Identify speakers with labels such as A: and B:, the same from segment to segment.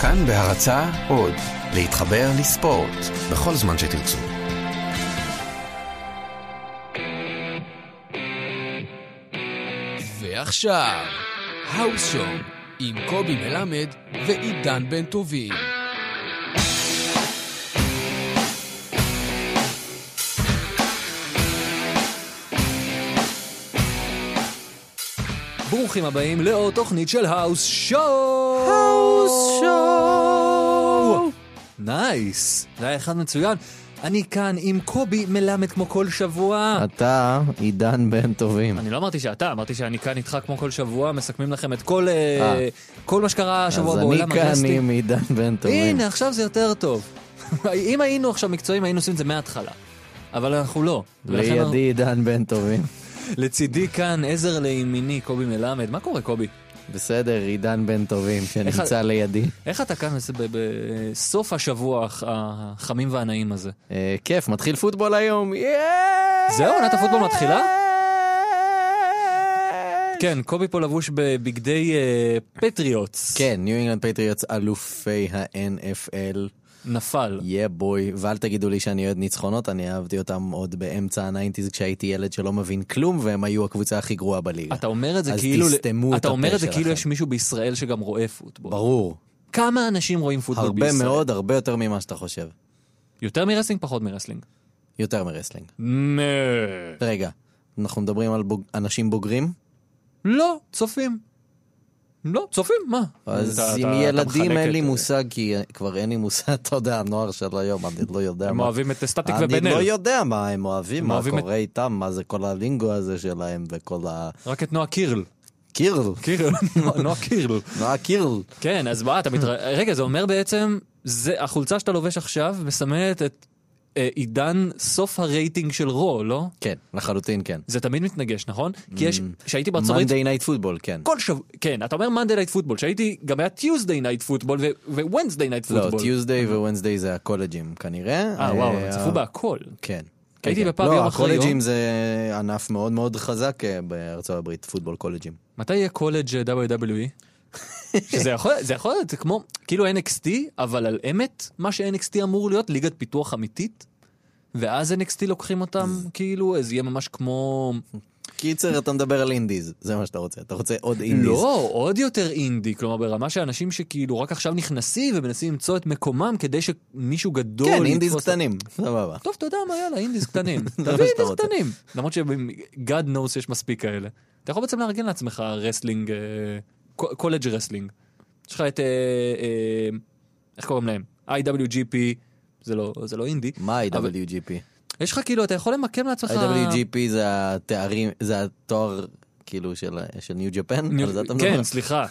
A: כאן בהרצה עוד, להתחבר לספורט, בכל זמן שתרצו.
B: ועכשיו, האוס שואו עם קובי מלמד ועידן בן טובים.
C: ברוכים הבאים לעוד תוכנית של האוס שואו!
D: האוס שואו!
C: נייס, זה היה אחד מצוין. אני כאן עם קובי מלמד כמו כל שבוע.
D: אתה עידן בן טובים.
C: אני לא אמרתי שאתה, אמרתי שאני כאן איתך כמו כל שבוע, מסכמים לכם את כל, אה, כל מה שקרה השבוע בעולם
D: אז אני
C: הגסטי.
D: כאן עם עידן בן טובים.
C: הנה, עכשיו זה יותר טוב. אם היינו עכשיו מקצועיים, היינו עושים את זה מההתחלה. אבל אנחנו לא. ולכן אנחנו-
D: לידי עידן בן טובים.
C: לצידי כאן, עזר לימיני, קובי מלמד. מה קורה, קובי?
D: בסדר, עידן בן טובים,
C: איך
D: שנמצא
C: ה-
D: לידי.
C: איך אתה כאן בס- ב- בסוף השבוע הח- החמים והנעים הזה?
D: אה, כיף, מתחיל פוטבול היום.
C: זהו, עונת הפוטבול מתחילה? כן, קובי פה לבוש בבגדי אה, פטריוטס.
D: כן, ניו אינגלנד פטריוטס אלופי ה-NFL.
C: נפל.
D: יא בוי, ואל תגידו לי שאני אוהד ניצחונות, אני אהבתי אותם עוד באמצע הניינטיז כשהייתי ילד שלא מבין כלום, והם היו הקבוצה הכי גרועה בליגה.
C: אתה אומר את זה
D: אז
C: כאילו...
D: תסתמו את
C: אתה אומר את זה
D: הפה
C: כאילו
D: שלכם.
C: יש מישהו בישראל שגם רואה פוטבול.
D: ברור,
C: כמה אנשים רואים פוטבול
D: הרבה
C: בישראל?
D: מאוד, הרבה יותר ממה שאתה חושב.
C: יותר מרסלינג? פחות מרסלינג.
D: יותר מרסלינג.
C: נה.
D: רגע, אנחנו מדברים על בוג... אנשים בוגרים,
C: לא, צופים. לא, צופים, מה?
D: אז
C: אתה-
D: עם
C: אתה- אתה
D: ילדים
C: מחלק
D: אין
C: את-
D: לי מושג, כי כבר אין לי מושג, אתה יודע, הנוער של היום, אני לא יודע
C: הם
D: מה.
C: אוהבים את סטטיק
D: אני
C: ובן
D: לא
C: אל.
D: יודע מה הם אוהבים, מה
C: אוהבים את-
D: קורה איתם, מה זה כל הלינגו הזה שלהם וכל ה...
C: רק את נועה קירל.
D: קירל,
C: קירל, נועה- נועה קירל.
D: נועה קירל.
C: כן, אז מה אתה מתראה... רגע, זה אומר בעצם, זה, החולצה שאתה לובש עכשיו מסמלת את אה, עידן סוף הרייטינג של רו, לא?
D: כן, לחלוטין כן.
C: זה תמיד מתנגש, נכון? כי יש, כשהייתי בארצות הברית,
D: Mm. Monday Night Football, כן.
C: כל שבוע, כן, אתה אומר Monday Night Football, שהייתי, גם היה Tuesday Night Football ו-Wednesday Night
D: לא,
C: Football.
D: Tuesday ו-Wednesday זה הקולג'ים כנראה.
C: אה, וואו,
D: אה,
C: הם צפו בהכל.
D: כן.
C: כי הייתי
D: כן, כן.
C: בפאב יום
D: לא,
C: אחרי יום.
D: הקולג'ים זה ענף מאוד מאוד חזק אה, בארצות הברית, פוטבול קולג'ים.
C: מתי יהיה קולג' אה, WWE? שזה יכול, זה יכול להיות כמו, כאילו NXT, אבל על אמת, מה ש-NXT אמור להיות, ליגת פיתוח אמיתית, ואז NXT לוקחים אותם, כאילו, אז יהיה ממש כמו...
D: קיצר, אתה מדבר על אינדיז, זה מה שאתה רוצה, אתה רוצה עוד אינדיז.
C: לא, עוד יותר אינדי, כלומר ברמה שאנשים שכאילו רק עכשיו נכנסים ומנסים למצוא את מקומם כדי שמישהו גדול...
D: כן, אינדיז
C: יתפוס-
D: קטנים, סבבה.
C: טוב, אתה יודע מה, יאללה, אינדיז קטנים.
D: מה
C: תביא
D: שאתה
C: אינדיז
D: רוצה.
C: קטנים. למרות ש-God knows יש מספיק כאלה. אתה יכול בעצם לארגן לעצמך רסלינג, אה, ק- קולג' רסלינג. יש לך את, אה, אה, איך קוראים להם? IWGP, זה לא- זה לא אינדי.
D: מה
C: אבל-
D: ה-IWGP?
C: יש לך כאילו, אתה יכול למקם לעצמך...
D: ה-IWGP זה התארים, זה התואר כאילו של של ניו ג'פן? על זה אתה מדבר?
C: כן, סליחה.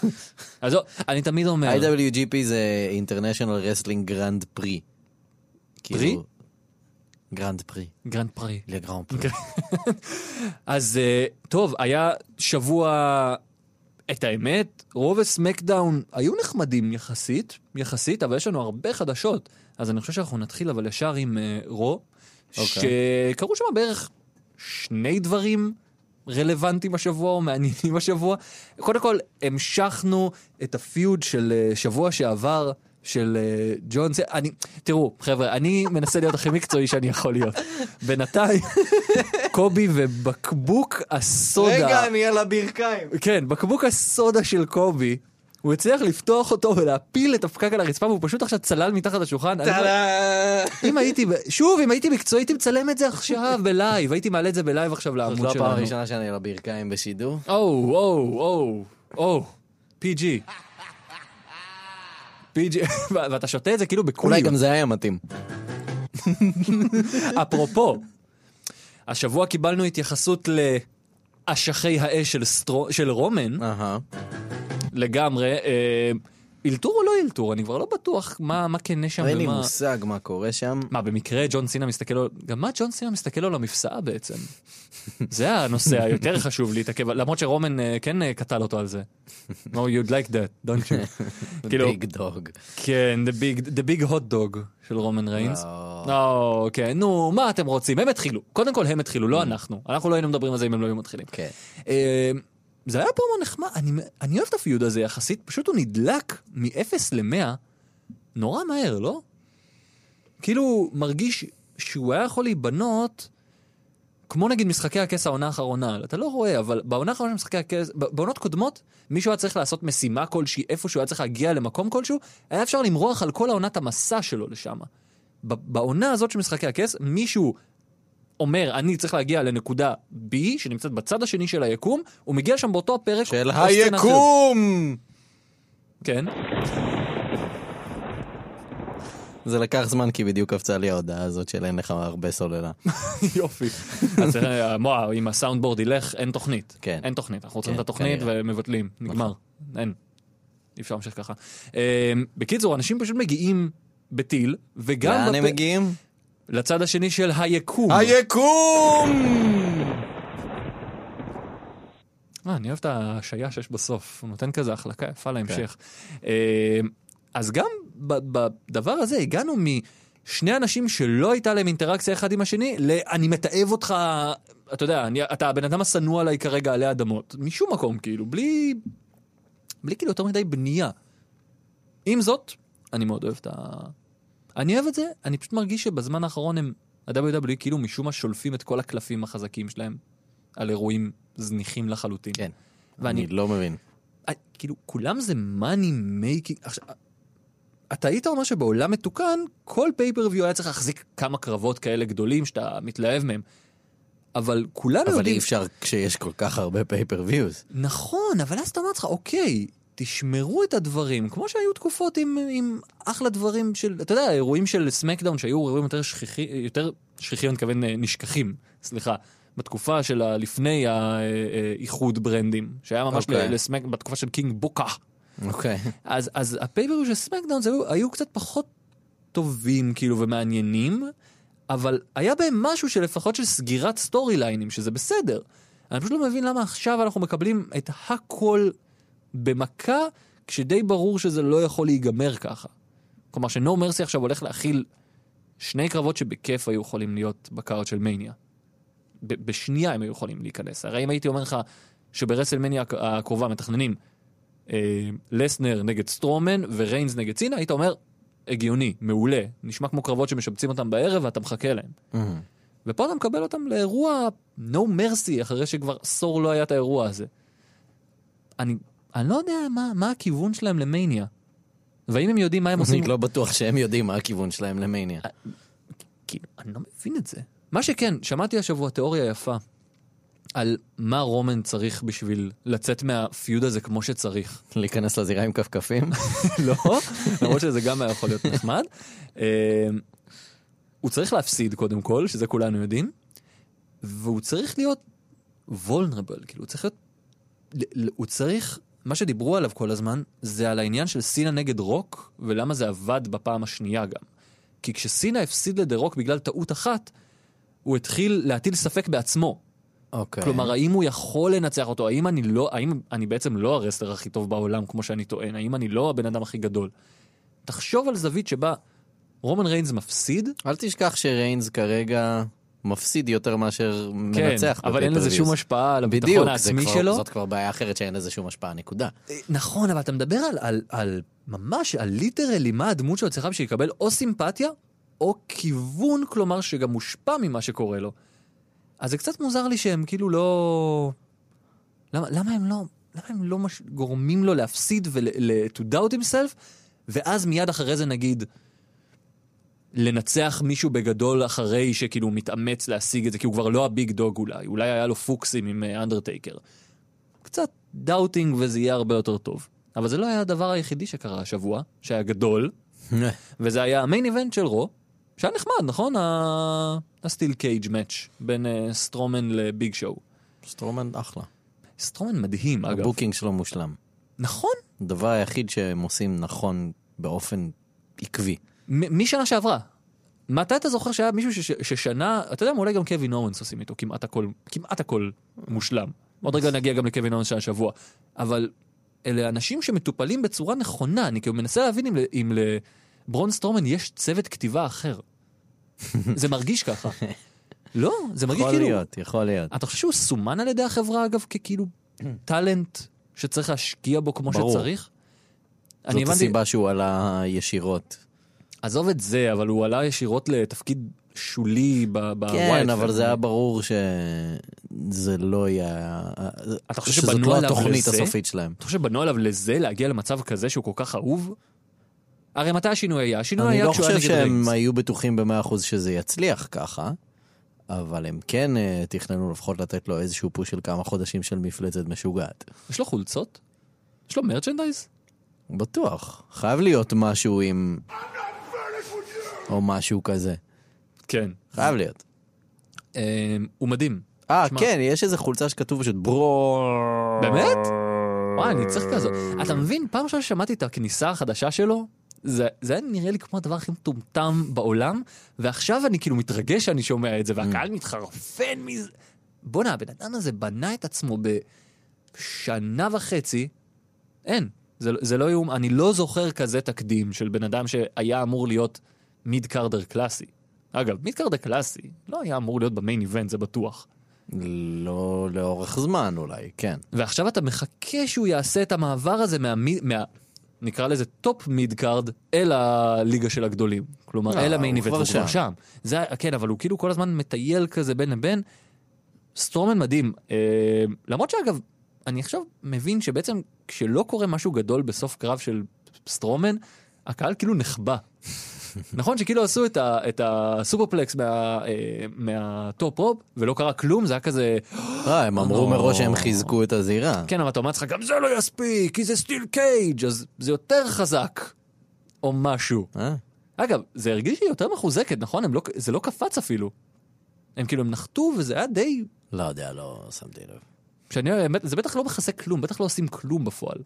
C: אז לא, אני תמיד אומר...
D: IWGP זה אינטרנשיונל רסלינג גרנד פרי. כאילו- גרנד פרי.
C: גרנד פרי.
D: לגרנד פרי.
C: אז אה, טוב, היה שבוע, את האמת, רוב הסמקדאון היו נחמדים יחסית, יחסית, אבל יש לנו הרבה חדשות. אז אני חושב שאנחנו נתחיל אבל ישר עם אה, רו, שקרו שם בערך שני דברים רלוונטיים השבוע או מעניינים השבוע. קודם כל, המשכנו את הפיוד של אה, שבוע שעבר. של אה, ג'ון, זה- אני, תראו, חבר'ה, אני מנסה להיות הכי מקצועי שאני יכול להיות. בינתיים, קובי ובקבוק הסודה.
D: רגע, אני על הברכיים.
C: כן, בקבוק הסודה של קובי, הוא הצליח לפתוח אותו ולהפיל את הפקק על הרצפה, והוא פשוט עכשיו צלל מתחת לשולחן. אני לא- אם הייתי, ב- שוב, אם הייתי מקצועי, הייתי מצלם את זה עכשיו בלייב, הייתי מעלה את זה בלייב עכשיו
D: זאת
C: לעמוד
D: לא הפעם
C: שלנו.
D: הראשונה שאני על הברכיים בשידור.
C: או, או, או, או, PG. PG, ו- ואתה שותה את זה כאילו
D: אולי
C: בקוויב.
D: גם זה היה מתאים.
C: אפרופו, השבוע קיבלנו התייחסות לאשכי האש של סטרו- של רומן.
D: אהה.
C: לגמרי. אה, אלתור או לא אלתור? אני כבר לא בטוח מה, מה כנה שם
D: אין לי
C: ומה...
D: מושג מה קורה שם.
C: מה, במקרה ג'ון סינה מסתכל לו... גם מה ג'ון סינה מסתכל לו למפסעה בעצם? זה הנושא היותר חשוב להתעכב, על- למרות שרומן אה, כן אה, קטל אותו על זה. No, you'd like that, don't you? כאילו-
D: ביג דוג.
C: כן, the big, the big hot dog של רומן ריינס.
D: לא. Mm.
C: או, כן, נו, מה אתם רוצים? הם התחילו. קודם כל הם התחילו, לא אנחנו. אנחנו לא היינו מדברים על זה אם הם לא היו מתחילים.
D: כן.
C: אה, זה היה פרומו נחמד, אני, אני אוהב את הפיוד הזה יחסית, פשוט הוא נדלק מ-0 ל-100 נורא מהר, לא? כאילו, מרגיש שהוא היה יכול להיבנות, כמו נגיד משחקי הכס העונה האחרונה, אתה לא רואה, אבל בעונה האחרונה של משחקי הכס, ב- בעונות קודמות, מישהו היה צריך לעשות משימה כלשהי, איפשהו היה צריך להגיע למקום כלשהו, היה אפשר למרוח על כל העונת המסע שלו לשם. ב- בעונה הזאת של משחקי הכס, מישהו אומר, אני צריך להגיע לנקודה B, שנמצאת בצד השני של היקום, הוא מגיע שם באותו הפרק.
D: של
C: או סצנה אחרת.
D: היקום!
C: כן.
D: זה לקח זמן כי בדיוק קפצה לי ההודעה הזאת של אין לך הרבה סוללה.
C: יופי. אז אה, וואו, אם הסאונדבורד ילך, אין תוכנית.
D: כן.
C: אין תוכנית, אנחנו רוצים
D: כן,
C: את התוכנית
D: כנראה. נכון.
C: ומבטלים, נגמר. אין. אי אפשר להמשיך ככה. אה, בקיצור, אנשים פשוט מגיעים בטיל, וגם...
D: לאן
C: בפ-
D: הם מגיעים?
C: לצד השני של היקום.
D: היקום!
C: אה, אני אוהב את ההשעיה שיש בסוף, הוא נותן כזה החלקה יפה להמשך. אה, אז גם ב- בדבר הזה הגענו משני אנשים שלא הייתה להם אינטראקציה אחד עם השני, ל- אני מתעב אותך, אתה יודע, אני, אתה הבן אדם השנוא עליי כרגע עלי אדמות, משום מקום, כאילו, בלי, בלי כאילו יותר מדי בנייה. עם זאת, אני מאוד אוהב את ה... אני אוהב את זה, אני פשוט מרגיש שבזמן האחרון הם, ה-WWE כאילו משום מה שולפים את כל הקלפים החזקים שלהם על אירועים זניחים לחלוטין.
D: כן.
C: ואני,
D: אני לא מבין.
C: אה, כאילו, כולם זה מאני מייקינג. עכשיו, אתה היית אומר שבעולם מתוקן, כל פייפריוויו היה צריך להחזיק כמה קרבות כאלה גדולים שאתה מתלהב מהם. אבל כולנו
D: אבל
C: יודעים...
D: אי אפשר כשיש כל כך הרבה פייפריוויוז.
C: נכון, אבל אז אתה אומר לעצמך, אוקיי, תשמרו את הדברים, כמו שהיו תקופות עם, עם אחלה דברים של, אתה יודע, אירועים של סמקדאון שהיו אירועים יותר שכיחים, יותר שכיחים, אני מתכוון אה, נשכחים, סליחה, בתקופה של ה- לפני האיחוד ברנדים, שהיה ממש
D: אוקיי.
C: okay. לסמק, בתקופה של קינג בוקה.
D: אוקיי.
C: אז, אז הפייפריו של סמקדאון זה היו, היו קצת פחות טובים כאילו ומעניינים, אבל היה בהם משהו שלפחות של סגירת סטורי ליינים, שזה בסדר. אני פשוט לא מבין למה עכשיו אנחנו מקבלים את הכל במכה, כשדי ברור שזה לא יכול להיגמר ככה. כלומר שנו מרסי עכשיו הולך להכיל שני קרבות שבכיף היו יכולים להיות בקארד של מניה. ב- בשנייה הם היו יכולים להיכנס. הרי אם הייתי אומר לך שברסלמניה הק- הקרובה מתכננים אה, לסנר נגד סטרומן וריינס נגד סינה, היית אומר, הגיוני, מעולה, נשמע כמו קרבות שמשבצים אותם בערב ואתה מחכה להם.
D: מהמם.
C: ופה אתה מקבל אותם לאירוע no mercy, אחרי שכבר עשור לא היה את האירוע הזה. אני, אני לא יודע מה, מה הכיוון שלהם למניה. והאם הם יודעים מה הם עושים אה-
D: אני לא בטוח שהם יודעים מה הכיוון שלהם למניה.
C: כאילו, אני לא מבין את זה. מה שכן, שמעתי השבוע תיאוריה יפה על מה רומן צריך בשביל לצאת מהפיוד הזה כמו שצריך.
D: להיכנס לזירה עם כפכפים?
C: לא, למרות שזה גם היה יכול להיות נחמד. אה, הוא צריך להפסיד קודם כל, שזה כולנו יודעים, והוא צריך להיות וולנרבל, כאילו, הוא צריך להיות... ל- ל- הוא צריך... מה שדיברו עליו כל הזמן, זה על העניין של סינה נגד רוק, ולמה זה עבד בפעם השנייה גם. כי כשסינה הפסיד לדה רוק בגלל טעות אחת, הוא התחיל להטיל ספק בעצמו.
D: אוקיי.
C: כלומר, האם הוא יכול לנצח אותו? האם אני לא, האם אני בעצם לא הרסלר הכי טוב בעולם, כמו שאני טוען? האם אני לא הבן אדם הכי גדול? תחשוב על זווית שבה רומן ריינס מפסיד,
D: אל תשכח שריינס כרגע מפסיד יותר מאשר
C: כן,
D: מנצח.
C: אבל אין לזה
D: בפייפריוויז.
C: שום השפעה על
D: בדיוק,
C: הביטחון
D: זה
C: העצמי
D: כבר-
C: שלו.
D: זאת כבר בעיה אחרת שאין לזה שום השפעה, נקודה.
C: אה, נכון, אבל אתה מדבר על, על, על ממש, על ליטרלי מה הדמות שלו צריכה בשביל לקבל או סימפתיה, או כיוון, כלומר, שגם מושפע ממה שקורה לו. אז זה קצת מוזר לי שהם כאילו לא... למה, למה הם לא, למה הם לא מש... גורמים לו להפסיד ול-to doubt himself, ואז מיד אחרי זה נגיד, לנצח מישהו בגדול אחרי שכאילו הוא מתאמץ להשיג את זה, כי הוא כבר לא הביג דוג אולי, אולי היה לו פוקסים עם אה, אנדרטייקר. קצת דאוטינג וזה יהיה הרבה יותר טוב. אבל זה לא היה הדבר היחידי שקרה השבוע, שהיה גדול, וזה היה המיין איבנט של רו, שהיה נחמד, נכון? ה- הסטיל קייג' מאץ' בין אה, סטרומן לביג שואו.
D: סטרומן אחלה.
C: סטרומן מדהים, אגב.
D: הבוקינג שלו מושלם.
C: נכון?
D: הדבר היחיד שהם עושים נכון באופן עקבי.
C: מ- משנה שעברה. מתי אתה זוכר שהיה מישהו ש- ש- ששנה, אתה יודע מה, אולי גם קווין אורנס עושים איתו כמעט הכל, כמעט הכל מושלם. עוד רגע נגיע גם לקווין אורנס של השבוע. אבל אלה אנשים שמטופלים בצורה נכונה, אני כאילו מנסה להבין אם, ל- אם לברון סטרומן יש צוות כתיבה אחר. זה מרגיש ככה. לא, זה מרגיש
D: יכול
C: כאילו...
D: להיות, יכול להיות.
C: אתה חושב שהוא סומן על ידי החברה, אגב, ככאילו טאלנט שצריך להשקיע בו כמו
D: ברור.
C: שצריך? אני
D: זאת
C: הבנתי,
D: הסיבה שהוא עלה ישירות.
C: עזוב את זה, אבל הוא עלה ישירות לתפקיד שולי ב- בווייט.
D: כן, אבל זה היה ברור שזה לא יהיה...
C: אתה חושב
D: שזאת
C: שבנו
D: לא
C: עליו
D: התוכנית
C: לזה?
D: הסופית שלהם.
C: אתה חושב שבנו עליו לזה, להגיע למצב כזה שהוא כל כך אהוב? הרי מתי השינוי היה? השינוי
D: אני
C: היה
D: לא
C: כשהוא
D: חושב
C: היה נגד
D: שהם
C: רינגס.
D: היו בטוחים ב-100% שזה יצליח ככה, אבל הם כן אה, תכננו לפחות לתת לו איזשהו פוש של כמה חודשים של מפלצת משוגעת.
C: יש לו חולצות? יש לו מרצ'נדייז?
D: בטוח. חייב להיות משהו עם... או משהו כזה.
C: כן.
D: חייב להיות.
C: אמ, הוא מדהים.
D: אה,
C: שמע.
D: כן, יש איזה חולצה שכתוב פשוט ברו...
C: באמת? וואי, אני צריך כזאת. אתה מבין, פעם ראשונה ששמעתי את הכניסה החדשה שלו, זה, זה היה נראה לי כמו הדבר הכי מטומטם בעולם, ועכשיו אני כאילו מתרגש שאני שומע את זה, והקהל מתחרפן מזה. בואנה, הבן אדם הזה בנה את עצמו בשנה וחצי, אין. זה, זה לא יאום, אני לא זוכר כזה תקדים של בן אדם שהיה אמור להיות מיד קארדר קלאסי. אגב, מיד קארדר קלאסי לא היה אמור להיות במיין איבנט, זה בטוח.
D: לא לאורך זמן אולי, כן.
C: ועכשיו אתה מחכה שהוא יעשה את המעבר הזה מה... מה נקרא לזה טופ מיד קארד אל הליגה של הגדולים. כלומר,
D: אה,
C: אל המיין
D: הוא
C: איבנט,
D: כבר
C: הוא כבר
D: שם.
C: שם. זה, ה- כן, אבל הוא כאילו כל הזמן מטייל כזה בין לבין. סטרומן מדהים. אה, למרות שאגב, אני עכשיו מבין שבעצם כשלא קורה משהו גדול בסוף קרב של סטרומן, הקהל כאילו נחבא. נכון שכאילו עשו את, ה, את הסופרפלקס מה, אה, מהטופ רופ ולא קרה כלום, זה היה כזה,
D: אה, הם אמרו מראש שהם חיזקו את הזירה.
C: כן, אבל אתה אומר לעצמך, גם זה לא יספיק, כי זה סטיל קייג', אז זה יותר חזק. או משהו.
D: אה?
C: אגב, זה הרגיש לי יותר מחוזקת, נכון? הם לא, זה לא קפץ אפילו. הם כאילו, הם נחתו, וזה היה די...
D: לא יודע, לא שמתי לב.
C: שאני, האמת, זה בטח לא מכסה כלום, בטח לא עושים כלום בפועל.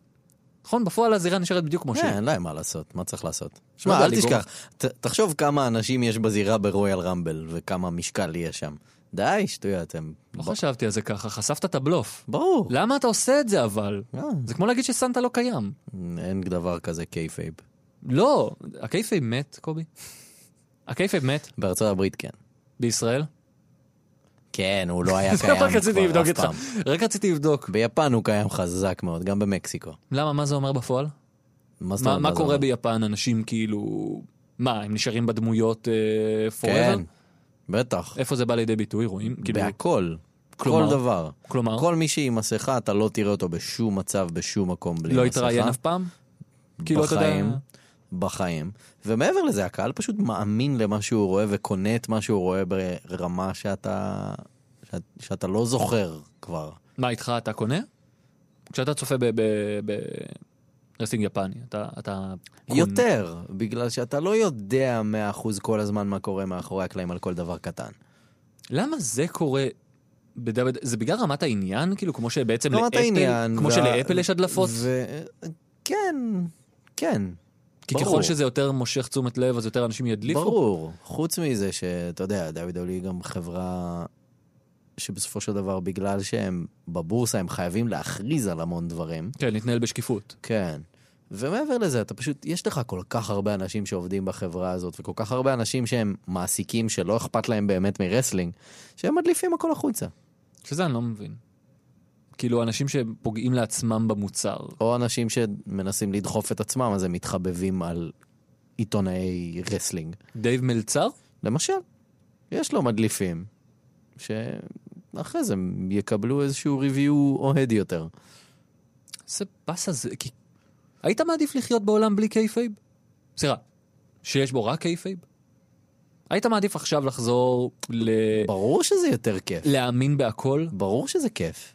C: נכון? בפועל הזירה נשארת בדיוק כמו
D: כן,
C: שהיא.
D: אין להם מה לעשות, מה צריך לעשות?
C: יודע,
D: שמע, אל
C: ליגור.
D: תשכח, ת- תחשוב כמה אנשים יש בזירה ברויאל רמבל וכמה משקל יש שם. די, שטויות, הם...
C: לא חשבתי על זה ככה, חשפת את הבלוף.
D: ברור.
C: למה אתה עושה את זה אבל?
D: אה,
C: זה כמו להגיד שסנטה לא קיים.
D: אין דבר כזה קייפייב.
C: לא, הקייפי מת, קובי. הקייפי מת
D: בארצות הברית כן.
C: בישראל.
D: כן, הוא לא היה
C: זה
D: קיים
C: רק רציתי
D: כבר
C: לבדוק
D: אף
C: איתך.
D: פעם.
C: רק רציתי לבדוק.
D: ביפן הוא קיים חזק מאוד, גם במקסיקו.
C: למה, מה זה אומר בפועל?
D: מה זאת
C: מה,
D: אומרת,
C: מה
D: זה
C: קורה
D: אומר?
C: ביפן? אנשים כאילו... מה, הם נשארים בדמויות פוראבר?
D: כן, בטח.
C: איפה זה בא לידי ביטוי, רואים? אה, כאילו,
D: בהכל. כל
C: כלומר? אה?
D: דבר.
C: כלומר,
D: כל מי שהיא עם מסכה, אתה לא תראה אותו בשום מצב, בשום מקום בלי
C: לא
D: מסכה.
C: התראיין אף פעם? כאילו, אתה יודע-
D: בחיים, בחיים. ומעבר לזה, הקהל פשוט מאמין למה שהוא רואה וקונה את מה שהוא רואה ברמה שאתה, שאת, שאתה לא זוכר כבר.
C: מה איתך, אתה קונה? כשאתה צופה ברסינג יפני, אתה, אתה קונה.
D: יותר, בגלל שאתה לא יודע 100% כל הזמן מה קורה מאחורי הקלעים על כל דבר קטן.
C: למה זה קורה? בדוד, זה בגלל רמת העניין? כאילו, כמו שבעצם
D: רמת
C: לאפל,
D: לא, העניין.
C: כמו
D: וה-
C: שלאפל יש הדלפות?
D: ו... כן, כן.
C: כי ככל
D: ברור.
C: שזה יותר מושך תשומת לב, אז יותר אנשים ידליפו?
D: ברור. חוץ מזה שאתה יודע, דויד אולי גם חברה שבסופו של דבר, בגלל שהם בבורסה, הם חייבים להכריז על המון דברים.
C: כן, להתנהל בשקיפות.
D: כן. ומעבר לזה, אתה פשוט, יש לך כל כך הרבה אנשים שעובדים בחברה הזאת, וכל כך הרבה אנשים שהם מעסיקים שלא אכפת להם באמת מרסלינג, שהם מדליפים הכל החוצה.
C: שזה אני לא מבין. כאילו, אנשים שפוגעים לעצמם במוצר.
D: או אנשים שמנסים לדחוף את עצמם, אז הם מתחבבים על עיתונאי רסלינג.
C: דייב מלצר?
D: למשל, יש לו מדליפים, שאחרי זה הם יקבלו איזשהו ריוויו אוהד יותר.
C: זה באסה זה, כי... היית מעדיף לחיות בעולם בלי קייפייב? סליחה, שיש בו רק קייפייב? היית מעדיף עכשיו לחזור ל...
D: ברור שזה יותר כיף.
C: להאמין בהכל?
D: ברור שזה כיף.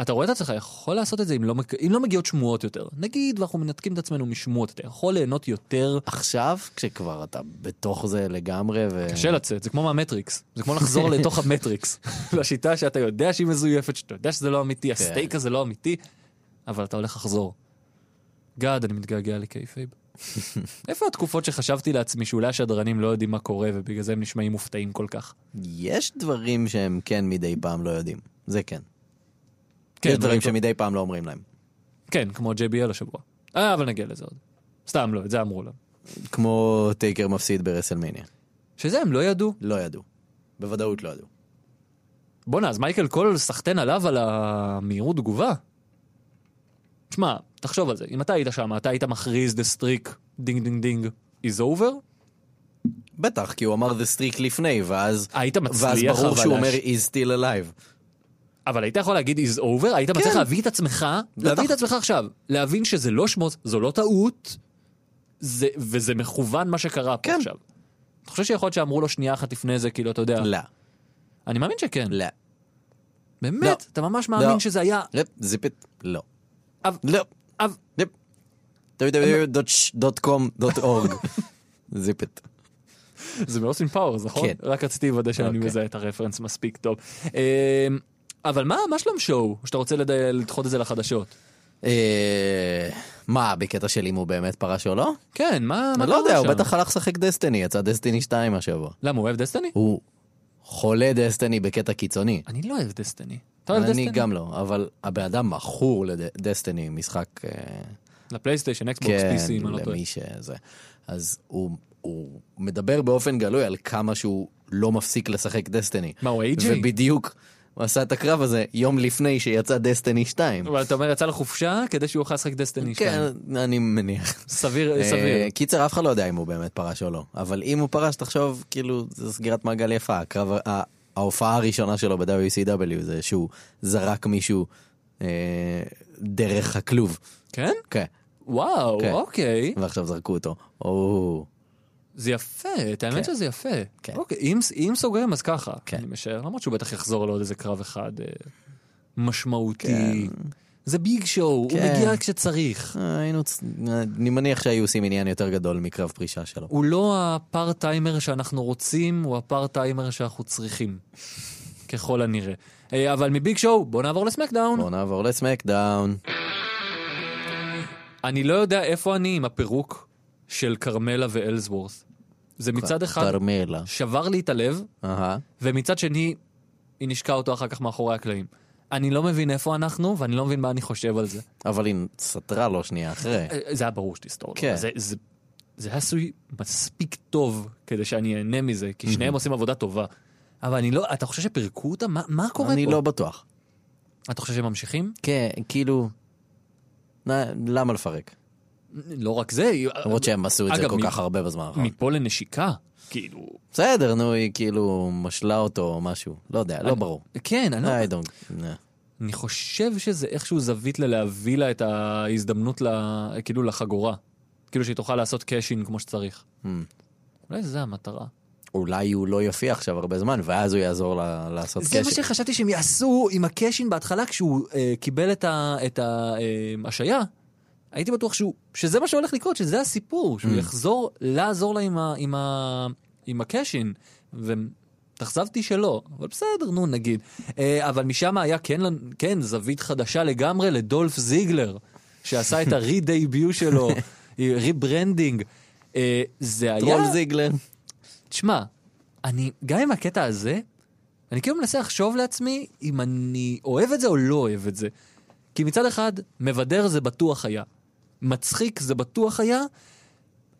C: אתה רואה את עצמך יכול לעשות את זה אם לא, מק- אם לא מגיעות שמועות יותר. נגיד ואנחנו מנתקים את עצמנו משמועות, אתה יכול ליהנות יותר.
D: עכשיו, כשכבר אתה בתוך זה לגמרי, ו...
C: קשה לצאת, זה כמו מהמטריקס, זה כמו לחזור לתוך המטריקס, לשיטה שאתה יודע שהיא מזויפת, שאתה יודע שזה לא אמיתי, הסטייק הזה לא אמיתי, אבל אתה הולך לחזור. גאד, אני מתגעגע לקייפייב. איפה התקופות שחשבתי לעצמי שאולי השדרנים לא יודעים מה קורה ובגלל זה הם נשמעים מופתעים כל כך?
D: יש דברים שהם כן מדי פעם לא יודעים, זה כן.
C: כן,
D: יש דברים
C: אבל-
D: שמדי פעם לא אומרים להם.
C: כן, כמו JBL השבוע. אה, אבל נגיע לזה עוד. סתם לא, את זה אמרו להם.
D: כמו טייקר מפסיד ברסלמניה.
C: שזה הם לא ידעו.
D: לא ידעו. בוודאות לא ידעו.
C: בואנה, אז מייקל קול סחטיין עליו על המהירות תגובה. תשמע, תחשוב על זה. אם אתה היית שם, אתה היית מכריז the streak, דינג דינג דינג, is over?
D: בטח, כי הוא אמר The Streak לפני, ואז...
C: היית מצליח,
D: ואז ברור
C: אבל להש-
D: שהוא אומר Is still alive.
C: אבל היית יכול להגיד is over, היית מצליח להביא את עצמך, להביא את עצמך עכשיו, להבין שזה לא שמוט, זו לא טעות, זה, וזה מכוון מה שקרה פה
D: כן.
C: עכשיו. אתה חושב שיכול להיות שאמרו לו שנייה אחת לפני זה, כאילו, אתה יודע,
D: לא,
C: אני מאמין שכן.
D: לא.
C: באמת,
D: לא.
C: אתה ממש מאמין
D: לא.
C: שזה היה...
D: לא, זיפית, לא.
C: אב-
D: לא.
C: אב-
D: לא. www.com.org זיפית.
C: זה מאוסטין פאוורס, נכון?
D: כן.
C: רק רציתי לוודא שאני
D: אוקיי.
C: מזהה את הרפרנס מספיק טוב. אמ, אבל מה, מה שלום שואו, שאתה רוצה לד- לדחות את זה לחדשות?
D: אה, מה, בקטע של אם הוא באמת פרש או לא?
C: כן, מה מה
D: אני
C: קרה
D: לא יודע, הוא
C: שם?
D: בטח הלך לשחק דסטיני, יצא דסטיני 2 השבוע.
C: למה, הוא אוהב דסטיני?
D: הוא חולה דסטיני בקטע קיצוני.
C: אני לא אוהב דסטיני. אתה אוהב דסטיני?
D: אני גם לא, אבל הבן אדם מכור לדסטיני, משחק... אה,
C: לפלייסטיישן, אקסבוקס,
D: כן,
C: PC, אם אני לא טועה.
D: למי שזה. אז הוא, הוא מדבר באופן גלוי על כמה שהוא לא מפסיק לשחק דסטיני.
C: מה, הוא AJ?
D: ובדיוק הוא עשה את הקרב הזה יום לפני שיצא דסטיני 2.
C: אבל אתה אומר יצא לחופשה כדי שהוא יוכל לשחק דסטיני
D: כן,
C: 2.
D: אני מניח.
C: סביר,
D: אה,
C: סביר.
D: קיצר, אף אחד לא יודע אם הוא באמת פרש או לא. אבל אם הוא פרש, תחשוב, כאילו, זו סגירת מעגל יפה. הקרב, ה- ההופעה הראשונה שלו ב-WCW זה שהוא זרק מישהו אה, דרך הכלוב.
C: כן?
D: כן,
C: וואו,
D: כן.
C: אוקיי.
D: ועכשיו זרקו אותו. או...
C: זה יפה, את האמת
D: כן.
C: שזה יפה.
D: כן.
C: אוקיי, אם, אם סוגרים אז ככה,
D: כן.
C: אני משער, למרות שהוא בטח יחזור לעוד איזה קרב אחד אה, משמעותי. זה ביג שואו, הוא
D: כן.
C: מגיע כשצריך.
D: אה, היינו, צ- אה, אני מניח שהיו עושים עניין יותר גדול מקרב פרישה שלו.
C: הוא לא הפארט-טיימר שאנחנו רוצים, הוא הפארט-טיימר שאנחנו צריכים, ככל הנראה. אה, אבל מביג שואו, בוא נעבור לסמקדאון.
D: בואו נעבור לסמקדאון.
C: אני לא יודע איפה אני עם הפירוק של כרמלה ואלסוורס. זה מצד אחד
D: כרמלה.
C: שבר לי את הלב,
D: אהה.
C: ומצד שני, היא נשקה אותו אחר כך מאחורי הקלעים. אני לא מבין איפה אנחנו, ואני לא מבין מה אני חושב על זה.
D: אבל היא סתרה לו שנייה אחרי.
C: אה, זה היה ברור שתסתור.
D: כן.
C: כן. זה, זה, זה היה עשוי מספיק טוב כדי שאני אהנה מזה, כי
D: Mhm.
C: שניהם עושים עבודה טובה. אבל אני לא, אתה חושב שפירקו אותה? מה, מה קורה
D: אני
C: פה?
D: לא בטוח.
C: אתה חושב שהם ממשיכים?
D: כן, כאילו... נ- למה לפרק?
C: לא רק זה, היא-
D: למרות שהם עשו את זה
C: אגב,
D: כל
C: מ-
D: כך הרבה בזמן האחרון.
C: מפה לנשיקה. כאילו...
D: בסדר, נו, היא כאילו משלה אותו או משהו. לא יודע, לא ברור.
C: כן, אני לא...
D: I don't... אה, nah.
C: אני חושב שזה איכשהו זווית ללהביא לה את ההזדמנות, ל... כאילו, לחגורה. כאילו שהיא תוכל לעשות קאשין כמו שצריך.
D: Hmm.
C: אולי זה המטרה.
D: אולי הוא לא יופיע עכשיו הרבה זמן, ואז הוא יעזור לה לעשות
C: זה מה
D: קשר.
C: שחשבתי שהם יעשו עם הקאשין בהתחלה, כשהוא אה, קיבל את ההשעיה. הייתי בטוח שהוא, שזה מה שהולך לקרות, שזה הסיפור,
D: Mm.
C: שהוא יחזור לעזור לה עם, ה, עם, ה, עם הקאשין. והתאכזבתי שלא, אבל בסדר, נו נגיד. אה, אבל משם היה כן, לנ- כן זווית חדשה לגמרי לדולף זיגלר, שעשה את הרי-דייביו שלו, ריברנדינג. אה, זה היה...
D: טרול זיגלר.
C: תשמע, אני, גם עם הקטע הזה, אני כאילו מנסה לחשוב לעצמי אם אני אוהב את זה או לא אוהב את זה. כי מצד אחד, מבדר זה בטוח היה. מצחיק זה בטוח היה,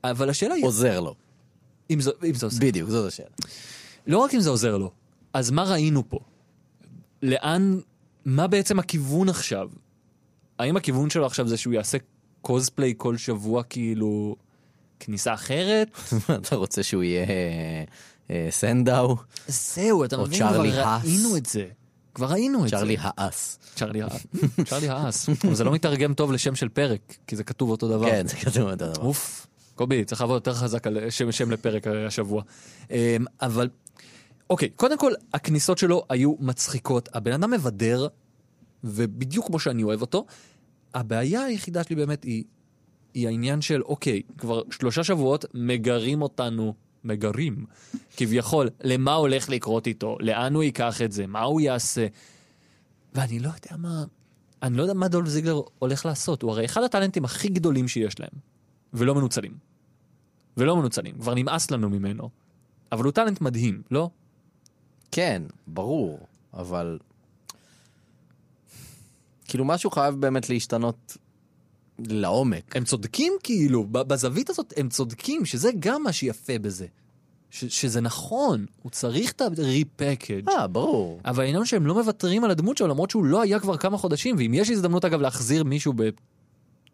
C: אבל השאלה היא
D: עוזר לו.
C: אם זה, אם זה עוזר.
D: בדיוק, זאת השאלה.
C: לא רק אם זה עוזר לו, אז מה ראינו פה? לאן, מה בעצם הכיוון עכשיו? האם הכיוון שלו עכשיו זה שהוא יעשה קוספליי כל שבוע כאילו כניסה אחרת?
D: מה, אתה רוצה שהוא יהיה אה, אה, סנדאו?
C: זהו, אתה
D: או
C: מבין? כבר
D: צ'ארלי האס.
C: ראינו את זה. כבר ראינו את זה.
D: צ'רלי האס.
C: צ'רלי האס. צ'רלי האס. אבל זה לא מתרגם טוב לשם של פרק, כי זה כתוב אותו דבר.
D: כן, זה כתוב אותו דבר.
C: אוף. קובי, צריך לעבוד יותר חזק על שם, שם לפרק השבוע. אמ, אבל, אוקיי, קודם כל, הכניסות שלו היו מצחיקות. הבן אדם מבדר, ובדיוק כמו שאני אוהב אותו. הבעיה היחידה שלי באמת היא, היא העניין של, אוקיי, כבר שלושה שבועות מגרים אותנו, מגרים, כביכול, למה הולך לקרות איתו, לאן הוא ייקח את זה, מה הוא יעשה. ואני לא יודע מה, אני לא יודע מה דולף זיגלר הולך לעשות. הוא הרי אחד הטאלנטים הכי גדולים שיש להם, ולא מנוצלים. ולא מנוצלים, כבר נמאס לנו ממנו. אבל הוא טאלנט מדהים, לא?
D: כן, ברור, אבל... כאילו משהו חייב באמת להשתנות לעומק.
C: הם צודקים כאילו, ב- בזווית הזאת הם צודקים, שזה גם מה שיפה בזה. ש- שזה נכון, הוא צריך את ה-repackage.
D: אה, ברור.
C: אבל העניין הוא שהם לא מוותרים על הדמות שלו, למרות שהוא לא היה כבר כמה חודשים, ואם יש הזדמנות אגב להחזיר מישהו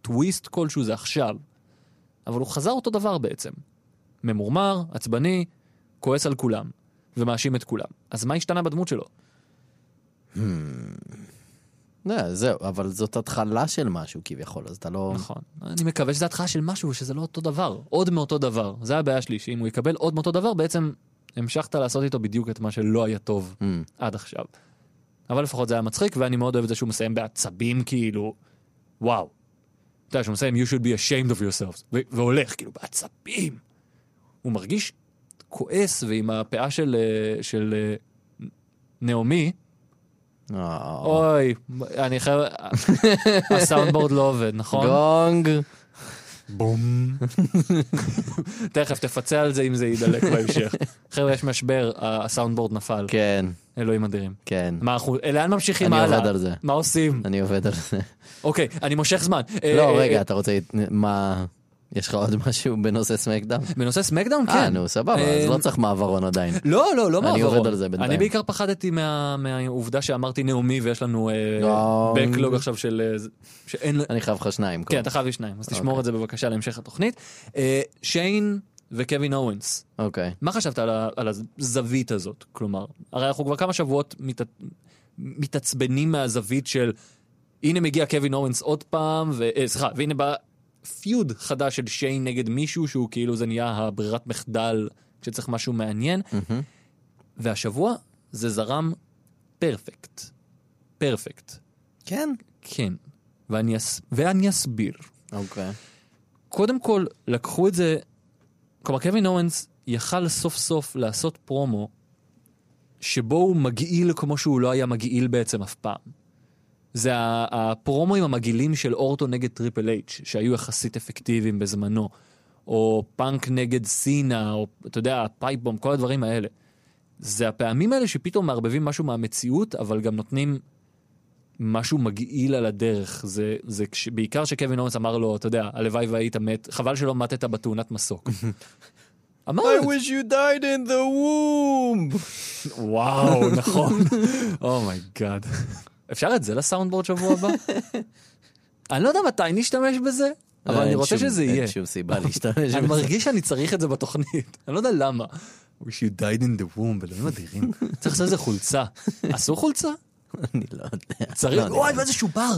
C: טוויסט כלשהו, זה עכשיו. אבל הוא חזר אותו דבר בעצם. ממורמר, עצבני, כועס על כולם, ומאשים את כולם. אז מה השתנה בדמות שלו?
D: לא, זהו, אבל זאת התחלה של משהו כביכול, אז אתה לא...
C: נכון. אני מקווה שזו התחלה של משהו, שזה לא אותו דבר. עוד מאותו דבר. זה הבעיה שלי, שאם הוא יקבל עוד מאותו דבר, בעצם המשכת לעשות איתו בדיוק את מה שלא היה טוב
D: Mm.
C: עד עכשיו. אבל לפחות זה היה מצחיק, ואני מאוד אוהב את זה שהוא מסיים בעצבים, כאילו, וואו. אתה יודע, שהוא מסיים, you should be ashamed of yourselves, ו- והולך, כאילו, בעצבים. הוא מרגיש כועס, ועם הפאה של, אה, של אה, נעמי,
D: אה,
C: אוי, אני חייב... הסאונדבורד לא עובד, נכון?
D: גונג.
C: בום. תכף תפצה על זה אם זה יידלק בהמשך. חבר'ה, יש משבר, ה- הסאונדבורד נפל.
D: כן,
C: אלוהים אדירים.
D: כן.
C: מה אנחנו, לאן ממשיכים
D: אני
C: הלאה?
D: עובד על זה.
C: מה עושים?
D: אני עובד על זה.
C: אוקיי, אני מושך זמן. אה,
D: לא,
C: אה,
D: רגע,
C: אה,
D: אתה רוצה... להת- מה... יש לך עוד משהו בנושא סמקדאון?
C: בנושא סמקדאון,
D: אה,
C: כן.
D: נו, סבבה, אז
C: אה,
D: לא צריך מעברון עדיין.
C: לא, לא, לא
D: אני
C: מעברון.
D: עובד על זה בינתיים.
C: אני בעיקר פחדתי מה- מהעובדה שאמרתי נעמי ויש לנו אה,
D: לא.
C: backlog עכשיו של... אה, זה- שאין...
D: אני חייב לך שניים.
C: כן,
D: קודם.
C: אתה חייב לי שניים, אז תשמור
D: אוקיי.
C: את זה בבקשה להמשך התוכנית. אה, שיין וקווין אורנס.
D: אוקיי.
C: מה חשבת על, ה, על הזווית הזאת? כלומר, הרי אנחנו כבר כמה שבועות מת, מתעצבנים מהזווית של הנה מגיע קווין אורנס עוד פעם, ו- אה, סליחה, והנה בא פיוד חדש של שיין נגד מישהו שהוא כאילו זה נהיה הברירת מחדל כשצריך משהו מעניין,
D: מהמם.
C: והשבוע זה זרם פרפקט. פרפקט.
D: כן.
C: כן. ואני, אס, ואני אסביר.
D: אוקיי.
C: קודם כל, לקחו את זה, כלומר, קווין אורנס יכל סוף סוף לעשות פרומו שבו הוא מגעיל כמו שהוא לא היה מגעיל בעצם אף פעם. זה ה- הפרומואים המגעילים של אורטון נגד טריפל אייץ', שהיו יחסית אפקטיביים בזמנו, או פאנק נגד סינה, או אתה יודע, פייפבום, כל הדברים האלה. זה הפעמים האלה שפתאום מערבבים משהו מהמציאות, אבל גם נותנים משהו מגעיל על הדרך. זה, זה כש, בעיקר שקווין אורנס אמר לו, אתה יודע, הלוואי והיית מת, חבל שלא מתת בתאונת מסוק. אמר לו את זה.
D: wish you died in the womb!
C: וואו, נכון. אומייגאד. אפשר את זה לסאונדבורד שבוע הבא? אני לא יודע מתי נשתמש בזה, אבל אני רוצה שזה יהיה.
D: אין שום סיבה להשתמש
C: אני
D: בזה.
C: מרגיש שאני צריך את זה בתוכנית, אני לא יודע למה. wish you died in the womb, אלוהים אדירים. צריך לעשות איזה חולצה. עשו חולצה?
D: אני לא יודע. לא,
C: צריך,
D: אני
C: וואי,
D: לא-
C: ואיזה שובר!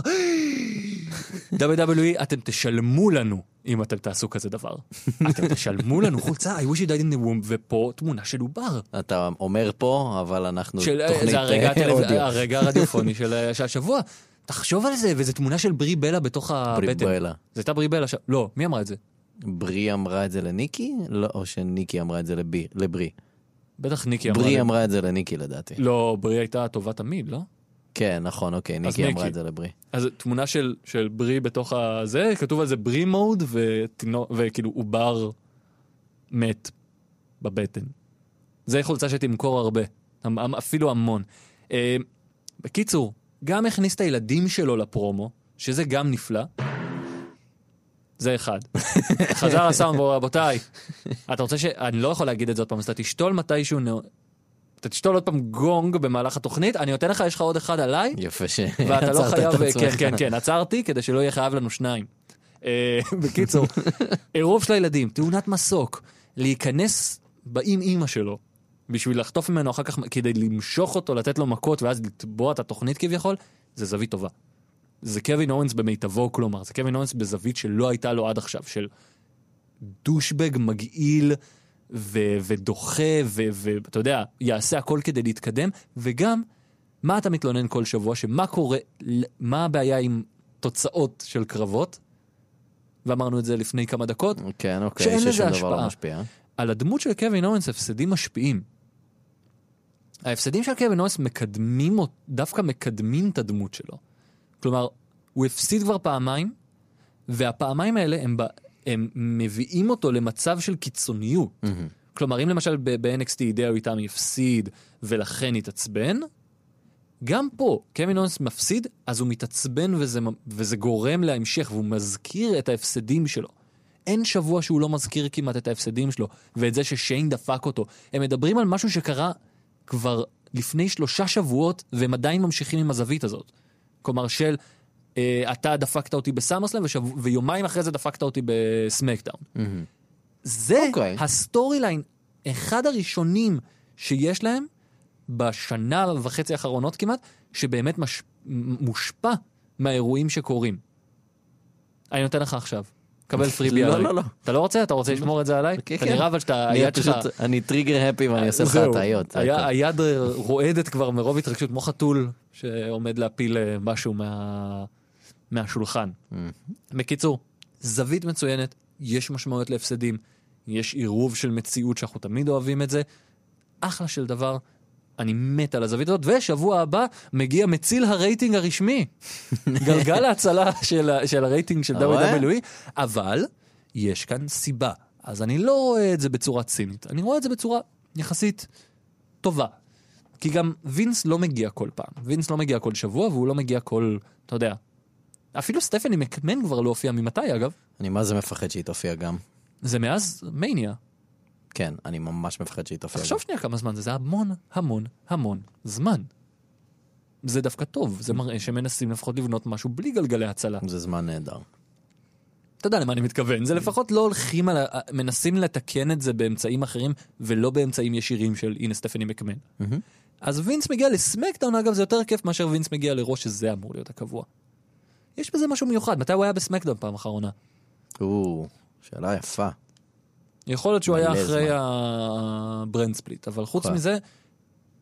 C: WWE, E, אתם תשלמו לנו אם אתם תעשו כזה דבר. אתם תשלמו לנו חולצה, I wish you died in the womb, ופה תמונה של עובר.
D: אתה אומר פה, אבל אנחנו
C: של
D: תוכנית
C: זה הרגע,
D: אה,
C: הטלו-
D: אודיו.
C: הרגע הרדיופוני של אה, של השבוע. תחשוב על זה, וזו תמונה של ברי בלה בתוך הבטן.
D: בריבלה.
C: זו הייתה ברי בלה, ש- לא, מי אמרה את זה?
D: ברי אמרה את זה לניקי? לא, או שניקי אמרה את זה לבי- לברי.
C: בטח ניקי אמרה. את
D: ברי
C: זה.
D: אמרה את זה לניקי לדעתי.
C: לא, ברי הייתה טובה תמיד, לא?
D: כן, נכון, אוקיי, ניקי
C: ניקי.
D: אמרה את זה לברי.
C: אז תמונה של, של ברי בתוך הזה, כתוב על זה ברי מוד ותינוק, וכאילו עובר מת בבטן. זה חולצה שתמכור הרבה, המ- המ- אפילו המון. אה, בקיצור, גם הכניס את הילדים שלו לפרומו, שזה גם נפלא. זה אחד. חזר הסאונדבורד, רבותיי. אתה רוצה ש... אני לא יכול להגיד את זה עוד פעם, אז אתה תשתול מתישהו... נא- אתה תשתול עוד פעם גונג במהלך התוכנית, אני נותן לך, יש לך עוד אחד עליי.
D: יפה ש...
C: ואתה לא
D: עצרת את
C: חייב, כן,
D: עצמך.
C: כן, כן, עצרתי כדי שלא יהיה חייב לנו שניים. אה, בקיצור, עירוב של הילדים, תאונת מסוק, להיכנס באם אימא שלו, בשביל לחטוף ממנו אחר כך, כדי למשוך אותו, לתת לו מכות ואז לתבוע את התוכנית כביכול, זה זווית טובה. זה קווין אורנס במיטבו, כלומר, זה קווין אורנס בזווית שלא הייתה לו עד עכשיו, של דושבג מגעיל ו- ודוחה, ואתה יודע, יעשה הכל כדי להתקדם, וגם, מה אתה מתלונן כל שבוע, שמה קורה, ל- מה הבעיה עם תוצאות של קרבות, ואמרנו את זה לפני כמה דקות,
D: כן, אוקיי,
C: שאין לזה
D: ששום דבר
C: השפעה.
D: לא משפיע.
C: על הדמות של קווין אורנס הפסדים משפיעים. ההפסדים של קווין אורנס מקדמים, אות- דווקא מקדמים את הדמות שלו. כלומר, הוא הפסיד כבר פעמיים, והפעמיים האלה הם, ב- הם מביאים אותו למצב של קיצוניות.
D: מהמם.
C: כלומר, אם למשל ב- ב-NXT אידאו איתם הפסיד ולכן התעצבן, גם פה קווין אורנס מפסיד, אז הוא מתעצבן וזה, מ- וזה גורם להמשך, והוא מזכיר את ההפסדים שלו. אין שבוע שהוא לא מזכיר כמעט את ההפסדים שלו, ואת זה ששיין דפק אותו. הם מדברים על משהו שקרה כבר לפני שלושה שבועות, והם עדיין ממשיכים עם הזווית הזאת. כלומר, של אה, אתה דפקת אותי בסאמרסלאם, ושב- ויומיים אחרי זה דפקת אותי בסמקדאון. זה
D: אוקיי.
C: הסטורי ליין, אחד הראשונים שיש להם בשנה וחצי האחרונות כמעט, שבאמת מש... מ- מושפע מהאירועים שקורים. אני נותן לך עכשיו. קבל פרי ביארי.
D: לא, לא, לא.
C: אתה לא רוצה? אתה רוצה לשמור את זה עליי?
D: כן,
C: אתה
D: כן.
C: נראה אבל שאתה,
D: אני
C: היד שלך...
D: פשוט, אני טריגר הפי ואני עושה לך
C: אה, זהו.
D: הטעיות. זה
C: היה-
D: הכל.
C: היד רועדת כבר מרוב התרגשות, כמו חתול שעומד להפיל אה, משהו מה- מהשולחן.
D: Mm.
C: בקיצור, זווית מצוינת, יש משמעויות להפסדים, יש עירוב של מציאות שאנחנו תמיד אוהבים את זה. אחלה של דבר, אני מת על הזווית הזאת, ושבוע הבא מגיע מציל הרייטינג הרשמי. גלגל ההצלה של, ה- של הרייטינג של
D: אתה רואה?
C: WWE, אבל יש כאן סיבה. אז אני לא רואה את זה בצורה צינית, אני רואה את זה בצורה יחסית טובה. כי גם וינס לא מגיע כל פעם. וינס לא מגיע כל שבוע, והוא לא מגיע כל, אתה יודע. אפילו סטפני מקמן כבר לא הופיע ממתי, אגב.
D: אני מה זה מפחד שהיא תופיע גם.
C: זה מאז מניה.
D: כן, אני ממש מפחד שהיא תופיע גם.
C: תחשוב שנייה כמה זמן זה, זה המון המון המון זמן. זה דווקא טוב, זה מראה שמנסים לפחות לבנות משהו בלי גלגלי הצלה.
D: זה זמן נהדר.
C: אתה יודע למה אני מתכוון, זה לפחות לא הולכים על ה... מנסים לתקן את זה באמצעים אחרים, ולא באמצעים ישירים של הנה סטפני מקמן. אז וינס מגיע לסמקדאון, אגב, זה יותר כיף מאשר וינס מגיע לראש, שזה אמור להיות הקבוע. יש בזה משהו מיוחד, מתי הוא היה בסמקדאון פעם אחרונה?
D: או, שאלה יפה.
C: יכול להיות שהוא היה
D: מלא
C: אחרי
D: זמן.
C: הברנד ספליט, אבל חוץ
D: נכון.
C: מזה,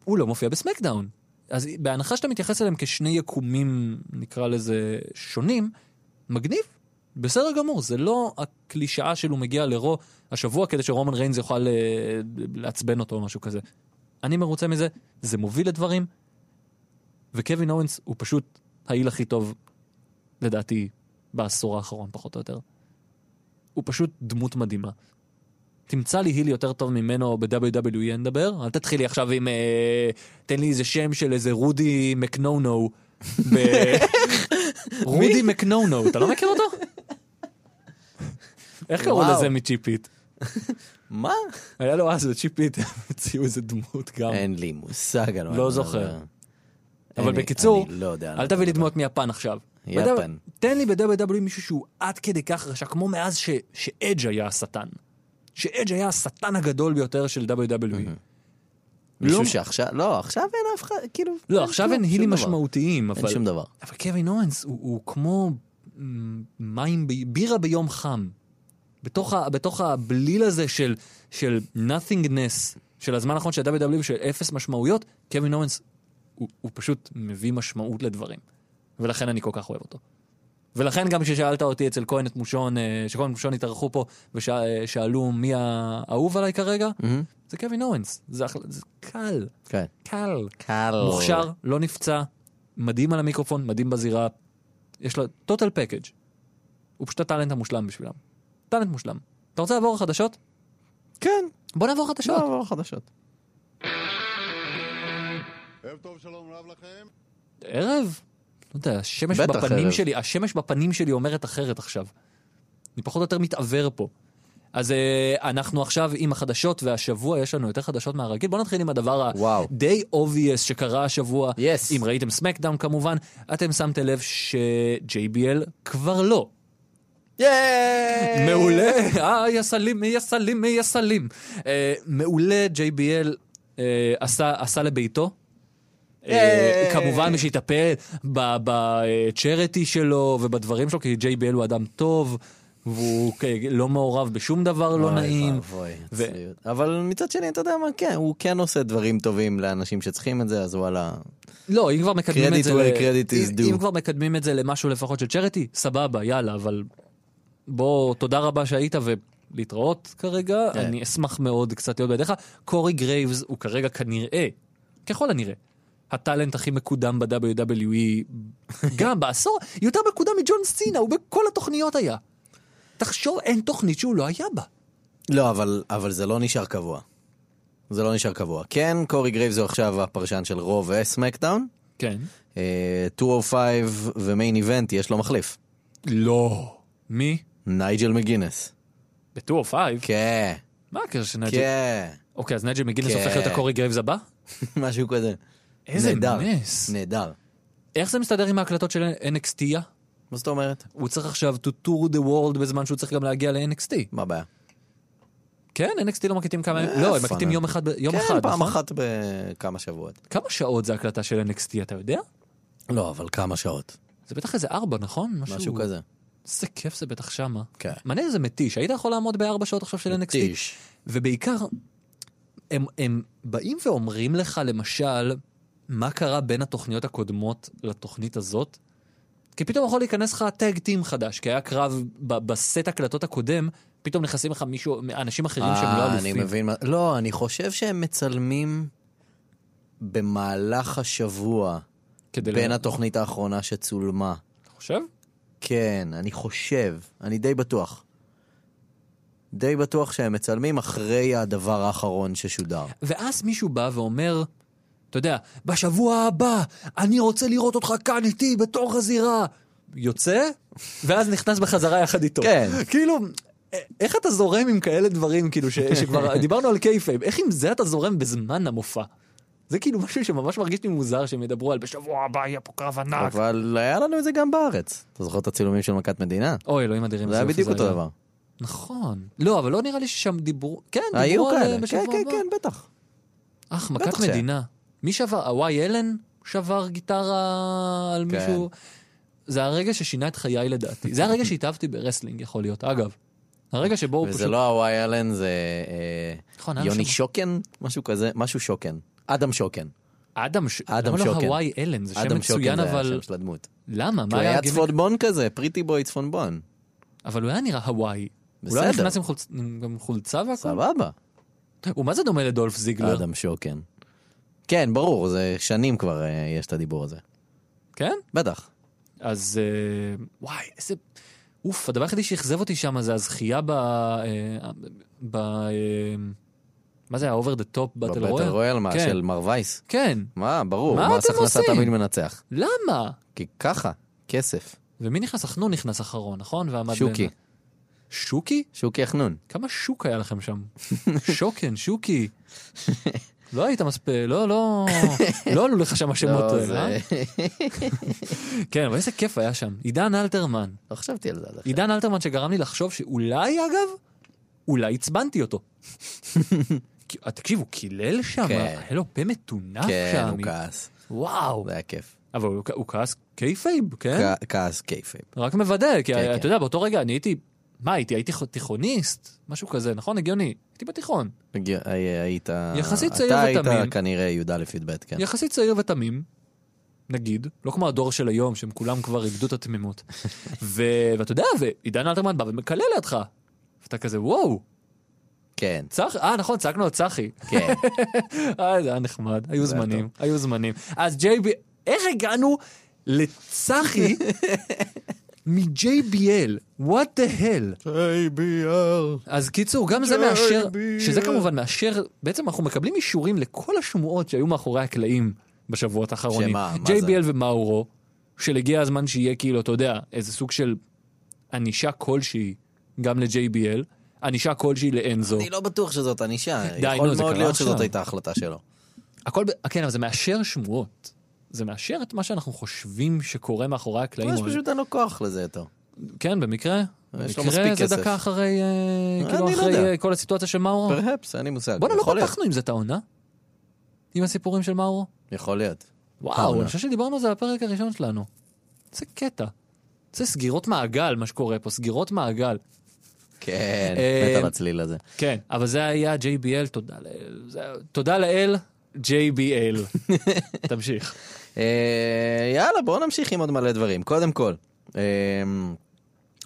C: הוא לא מופיע בסמקדאון. אז בהנחה שאתה מתייחס אליהם כשני יקומים, נקרא לזה, שונים, מגניב, בסדר גמור, זה לא הקלישאה של הוא מגיע לרו השבוע כדי שרומן ריינס יוכל אה, לעצבן אותו או משהו כזה. אני מרוצה מזה, זה מוביל לדברים, וקווין אורנס הוא פשוט העיל הכי טוב, לדעתי, בעשור האחרון פחות או יותר. הוא פשוט דמות מדהימה. תמצא לי היל יותר טוב ממנו ב-WWE אין לדבר, אל תתחיל לי עכשיו עם... אה, תן לי איזה שם של איזה רודי מקנונו. ב- רודי מקנונו, אתה לא מכיר אותו? איך קראו
D: וואו.
C: לזה מצ'יפית?
D: מה?
C: היה לו אז צ'יפית, המציאו איזה דמות גם.
D: אין לי מושג על מה.
C: לא
D: אני
C: זוכר.
D: מדבר.
C: אבל
D: אני-
C: בקיצור,
D: אני לא יודע. על מה
C: אל
D: אתה
C: תביא לי
D: מדבר.
C: דמות מיפן עכשיו.
D: יפן.
C: בד- תן לי ב-WWE מישהו שהוא עד כדי כך רשע, כמו מאז ש- שאדג' היה השטן. שאדג' היה השטן הגדול ביותר של WWE. לא-
D: מישהו שעכשיו, לא, עכשיו אין אף אחד, כאילו...
C: לא, עכשיו אין
D: שום
C: הילים
D: דבר.
C: משמעותיים, אבל...
D: אין שום דבר.
C: אבל קווין אורנס הוא, הוא כמו מ- מים, ב- בירה ביום חם. בתוך, ה, בתוך הבליל הזה של, של nothingness, של הזמן האחרון של WWE, של אפס משמעויות, קווין אורנס הוא, הוא פשוט מביא משמעות לדברים. ולכן אני כל כך אוהב אותו. ולכן גם כששאלת אותי אצל כהן את מושון, אה, שכהן ומושון התארחו פה ושאלו מי האהוב עליי כרגע, זה קווין אורנס. זה, אחלה- זה קל,
D: כן.
C: קל.
D: קל.
C: מוכשר, לא נפצע, מדהים על המיקרופון, מדהים בזירה, יש לו total package. הוא פשוט הטאלנט המושלם בשבילם. טאלנט מושלם. אתה רוצה לעבור לחדשות?
D: כן.
C: בוא נעבור לחדשות.
D: לא, לא, חדשות.
E: ערב טוב, שלום רב לכם.
C: ערב? לא יודע, השמש
D: בטח
C: בפנים
D: ערב.
C: שלי, השמש בפנים שלי אומרת אחרת עכשיו. אני פחות או יותר מתעוור פה. אז אה, אנחנו עכשיו עם החדשות, והשבוע יש לנו יותר חדשות מהרגיל. בואו נתחיל עם הדבר
D: וואו.
C: די obvious שקרה השבוע.
D: Yes.
C: אם ראיתם סמקדאון כמובן, אתם שמתם לב ש-JBL כבר לא.
D: ייי!
C: מעולה, אה, יסלים, יסלים, יסלים. אה, מעולה, JBL אה, עשה עשה לביתו. אה,
D: ייי.
C: כמובן, מי שיטפל בצ'רטי שלו ובדברים שלו, כי JBL הוא אדם טוב, והוא כ- לא מעורב בשום דבר לא
D: אוי
C: נעים.
D: ואבוי,
C: ו-
D: עצליות. אבל מצד שני, אתה יודע מה, כן, הוא כן עושה דברים טובים לאנשים שצריכים את זה, אז וואלה.
C: לא, אם כבר מקדמים
D: Credit
C: את זה...
D: where
C: ל-
D: credit is
C: אם-
D: due.
C: אם כבר מקדמים את זה למשהו לפחות של צ'רטי, סבבה, יאללה, אבל בוא, תודה רבה שהיית ולהתראות כרגע.
D: כן.
C: אני אשמח מאוד קצת להיות בידיך. קורי גרייבס הוא כרגע כנראה, ככל הנראה, הטאלנט הכי מקודם ב-WWE, גם בעשור, יותר מקודם מג'ון סינה, הוא בכל התוכניות היה. תחשוב, אין תוכנית שהוא לא היה בה.
D: לא, אבל, אבל זה לא נשאר קבוע. זה לא נשאר קבוע. כן, קורי גרייבס הוא עכשיו הפרשן של רו וסמקדאון.
C: כן.
D: אה, 205 ומיין איבנט, יש לו מחליף.
C: לא. מי?
D: נייג'ל מגינס.
C: ב-205?
D: כן,
C: מה הקשר של נג'י?
D: כן.
C: אוקיי, אז נג'י מגינס
D: כן.
C: הופך להיות הקורי גרייבס הבא?
D: משהו כזה.
C: איזה
D: נהדר,
C: נס.
D: נהדר.
C: איך זה מסתדר עם ההקלטות של NXT?
D: מה זאת אומרת?
C: אה? הוא צריך עכשיו to tour the world בזמן שהוא צריך גם להגיע ל-NXT.
D: מה הבעיה?
C: כן, NXT לא מקליטים כמה...
D: אה,
C: לא, הם
D: פאנל.
C: מקליטים יום אחד, ב- יום
D: כן,
C: אחד,
D: פעם
C: נכון?
D: אחת בכמה שבועות.
C: כמה שעות זה הקלטה של NXT, אתה יודע?
D: לא, אבל כמה שעות.
C: זה בטח איזה ארבע, נכון?
D: משהו כזה.
C: איזה כיף זה בטח שמה.
D: כן.
C: מעניין איזה מתיש, היית יכול לעמוד בארבע שעות עכשיו של NXT?
D: מתיש.
C: ובעיקר, הם, הם באים ואומרים לך, למשל, מה קרה בין התוכניות הקודמות לתוכנית הזאת? כי פתאום יכול להיכנס לך טאג טים חדש, כי היה קרב ב- בסט הקלטות הקודם, פתאום נכנסים לך מישהו, אנשים אחרים שהם לא
D: אה,
C: אלופים.
D: אני מבין מה... לא, אני חושב שהם מצלמים במהלך השבוע
C: כדי
D: בין
C: ל-
D: התוכנית האחרונה שצולמה.
C: אתה חושב?
D: כן, אני חושב, אני די בטוח. די בטוח שהם מצלמים אחרי הדבר האחרון ששודר.
C: ואז מישהו בא ואומר, אתה יודע, בשבוע הבא אני רוצה לראות אותך כאן איתי בתוך הזירה. יוצא, ואז נכנס בחזרה יחד איתו.
D: כן.
C: כאילו, א- איך אתה זורם עם כאלה דברים, כאילו, ש, שכבר דיברנו על קייפייב, איך עם זה אתה זורם בזמן המופע? זה כאילו משהו שממש מרגיש לי מוזר שהם ידברו על בשבוע הבא יהיה פה קרב ענק.
D: אבל היה לנו את זה גם בארץ. אתה זוכר את הצילומים של מכת מדינה?
C: אוי, אלוהים אדירים.
D: זה היה
C: יופי,
D: בדיוק אותו דבר.
C: נכון. לא, אבל לא נראה לי ששם דיברו... כן, דיברו
D: היו
C: על אה,
D: כאלה.
C: בשבוע
D: כן,
C: הבא.
D: כן, כן, בטח.
C: אך,
D: בטח
C: מכת
D: שהיה.
C: מדינה. מי שבר? הוואי אלן שבר גיטרה על
D: כן.
C: מישהו? זה הרגע ששינה את חיי לדעתי. זה הרגע שהתאהבתי ברסלינג, יכול להיות. אגב, הרגע שבו הוא
D: וזה
C: פשוט...
D: לא הוואי אלן, זה אה,
C: נכון, היה
D: יוני
C: שם-
D: שוקן? משהו כזה, משהו שוקן. אדם שוקן.
C: אדם ש...
D: לא- אדם
C: למה
D: שוקן.
C: לא הוואי אלן? זה שם
D: אדם שוקן
C: מצוין,
D: זה היה
C: אבל...
D: השם של הדמות.
C: למה?
D: כי
C: מה
D: הוא
C: היה נכון.
D: היה
C: הגימיק?
D: צפונבון כזה, פריטי בוי צפונבון.
C: אבל הוא היה נראה הוואי. הוא לא
D: בסדר.
C: היה נכנס עם חולצ- עם גם חולצה והכל?
D: סבבה.
C: הוא מה זה דומה לדולף זיגלר?
D: אדם שוקן. כן, ברור, זה שנים כבר אה, יש את הדיבור הזה.
C: כן?
D: בטח.
C: אז אה, וואי, איזה... אוף, הדבר היחידי שאכזב אותי שם זה הזכייה ב... אה, ב... אה, מה זה היה? אובר דה טופ בטל
D: בבטל
C: רויאל?
D: רויאל, מה,
C: כן.
D: של מר וייס.
C: כן,
D: מה, ברור,
C: מה
D: מס
C: אתם
D: הכנסה
C: עושים?
D: תמיד מנצח.
C: למה?
D: כי ככה, כסף.
C: ומי נכנס? החנון נכנס אחרון, נכון? ועמד
D: שוקי,
C: בין- שוקי?
D: שוקי החנון.
C: כמה שוק היה לכם שם? שוקן, שוקי. לא היית מספיק, לא, לא, לא עלו לך שם השמות
D: לא,
C: האלה, אה?
D: זה-
C: כן, אבל איזה כיף היה שם. עידן אלתרמן.
D: לא חשבתי על זה עד עכשיו.
C: עידן אלתרמן שגרם לי לחשוב שאולי, אגב, אולי עצבנתי אותו. כי- אה, תקשיב, הוא קילל שם,
D: כן.
C: היה לו פה מטונף
D: כן,
C: שם.
D: הוא כעס.
C: וואו.
D: זה היה כיף.
C: אבל הוא כ- הוא כעס קייפייב, כן?
D: כ- כעס כיפי.
C: רק מוודא, כי
D: כן,
C: אה,
D: כן.
C: אתה יודע, באותו רגע אני הייתי, מה הייתי? הייתי ח- תיכוניסט? משהו כזה, נכון? הגיוני. הייתי בתיכון.
D: הגיע- הי- היית...
C: יחסית צעיר
D: אתה
C: ותמים.
D: היית כנראה י"א-י"ב, כן.
C: יחסית צעיר ותמים, נגיד, לא כמו הדור של היום, שהם כולם כבר איבדו את התמימות. ו- ואתה יודע, ועידן אלתרמן בא ומקלל לידך. ואתה כזה, וואו,
D: כן,
C: צח... אה, נכון, צעקנו על צחי.
D: כן.
C: אה, זה היה נחמד, היו
D: זה היה
C: זמנים, היו זמנים. אז JB, איך הגענו לצחי מ-JBL? What the hell?
E: JBL.
C: אז קיצור, גם זה מאשר,
E: JBL.
C: שזה כמובן מאשר, בעצם אנחנו מקבלים אישורים לכל השמועות שהיו מאחורי הקלעים בשבועות האחרונים.
D: שמה, מה זה?
C: JBL ומאורו, של הגיע הזמן שיהיה כאילו, אתה יודע, איזה סוג של ענישה כלשהי גם ל-JBL, ענישה כלשהי לאנזו.
D: אני לא בטוח שזאת ענישה.
C: די,
D: יכול
C: נו, זה
D: מאוד
C: קרה
D: להיות
C: עכשיו.
D: שזאת הייתה החלטה שלו.
C: הכל, ב- כן, אבל זה מאשר שמועות. זה מאשר את מה שאנחנו חושבים שקורה מאחורי הקלעים.
D: יש
C: או-
D: פשוט אין לו כוח לזה יותר.
C: כן, במקרה.
D: יש לו
C: במקרה
D: מספיק
C: זה
D: כסף.
C: דקה אחרי, אה,
D: אני
C: כאילו,
D: לא
C: אחרי
D: יודע.
C: אה, כל הסיטואציה של מאורו.
D: פרהפס, אין לי מושג.
C: בואנה,
D: יכול
C: לא
D: להיות.
C: פתחנו עם זה את העונה? עם הסיפורים של מאורו?
D: יכול להיות.
C: וואו,
D: העונה.
C: אני חושב שדיברנו על זה בפרק הראשון שלנו. זה קטע. זה סגירות מעגל, מה שקורה פה, סגירות מעגל.
D: כן,
C: אה,
D: מת על הצליל הזה.
C: כן. אבל זה היה JBL, תודה לאל. זה- תודה לאל, JBL. תמשיך.
D: אה, יאללה, בואו נמשיך עם עוד מלא דברים. קודם כל, אה,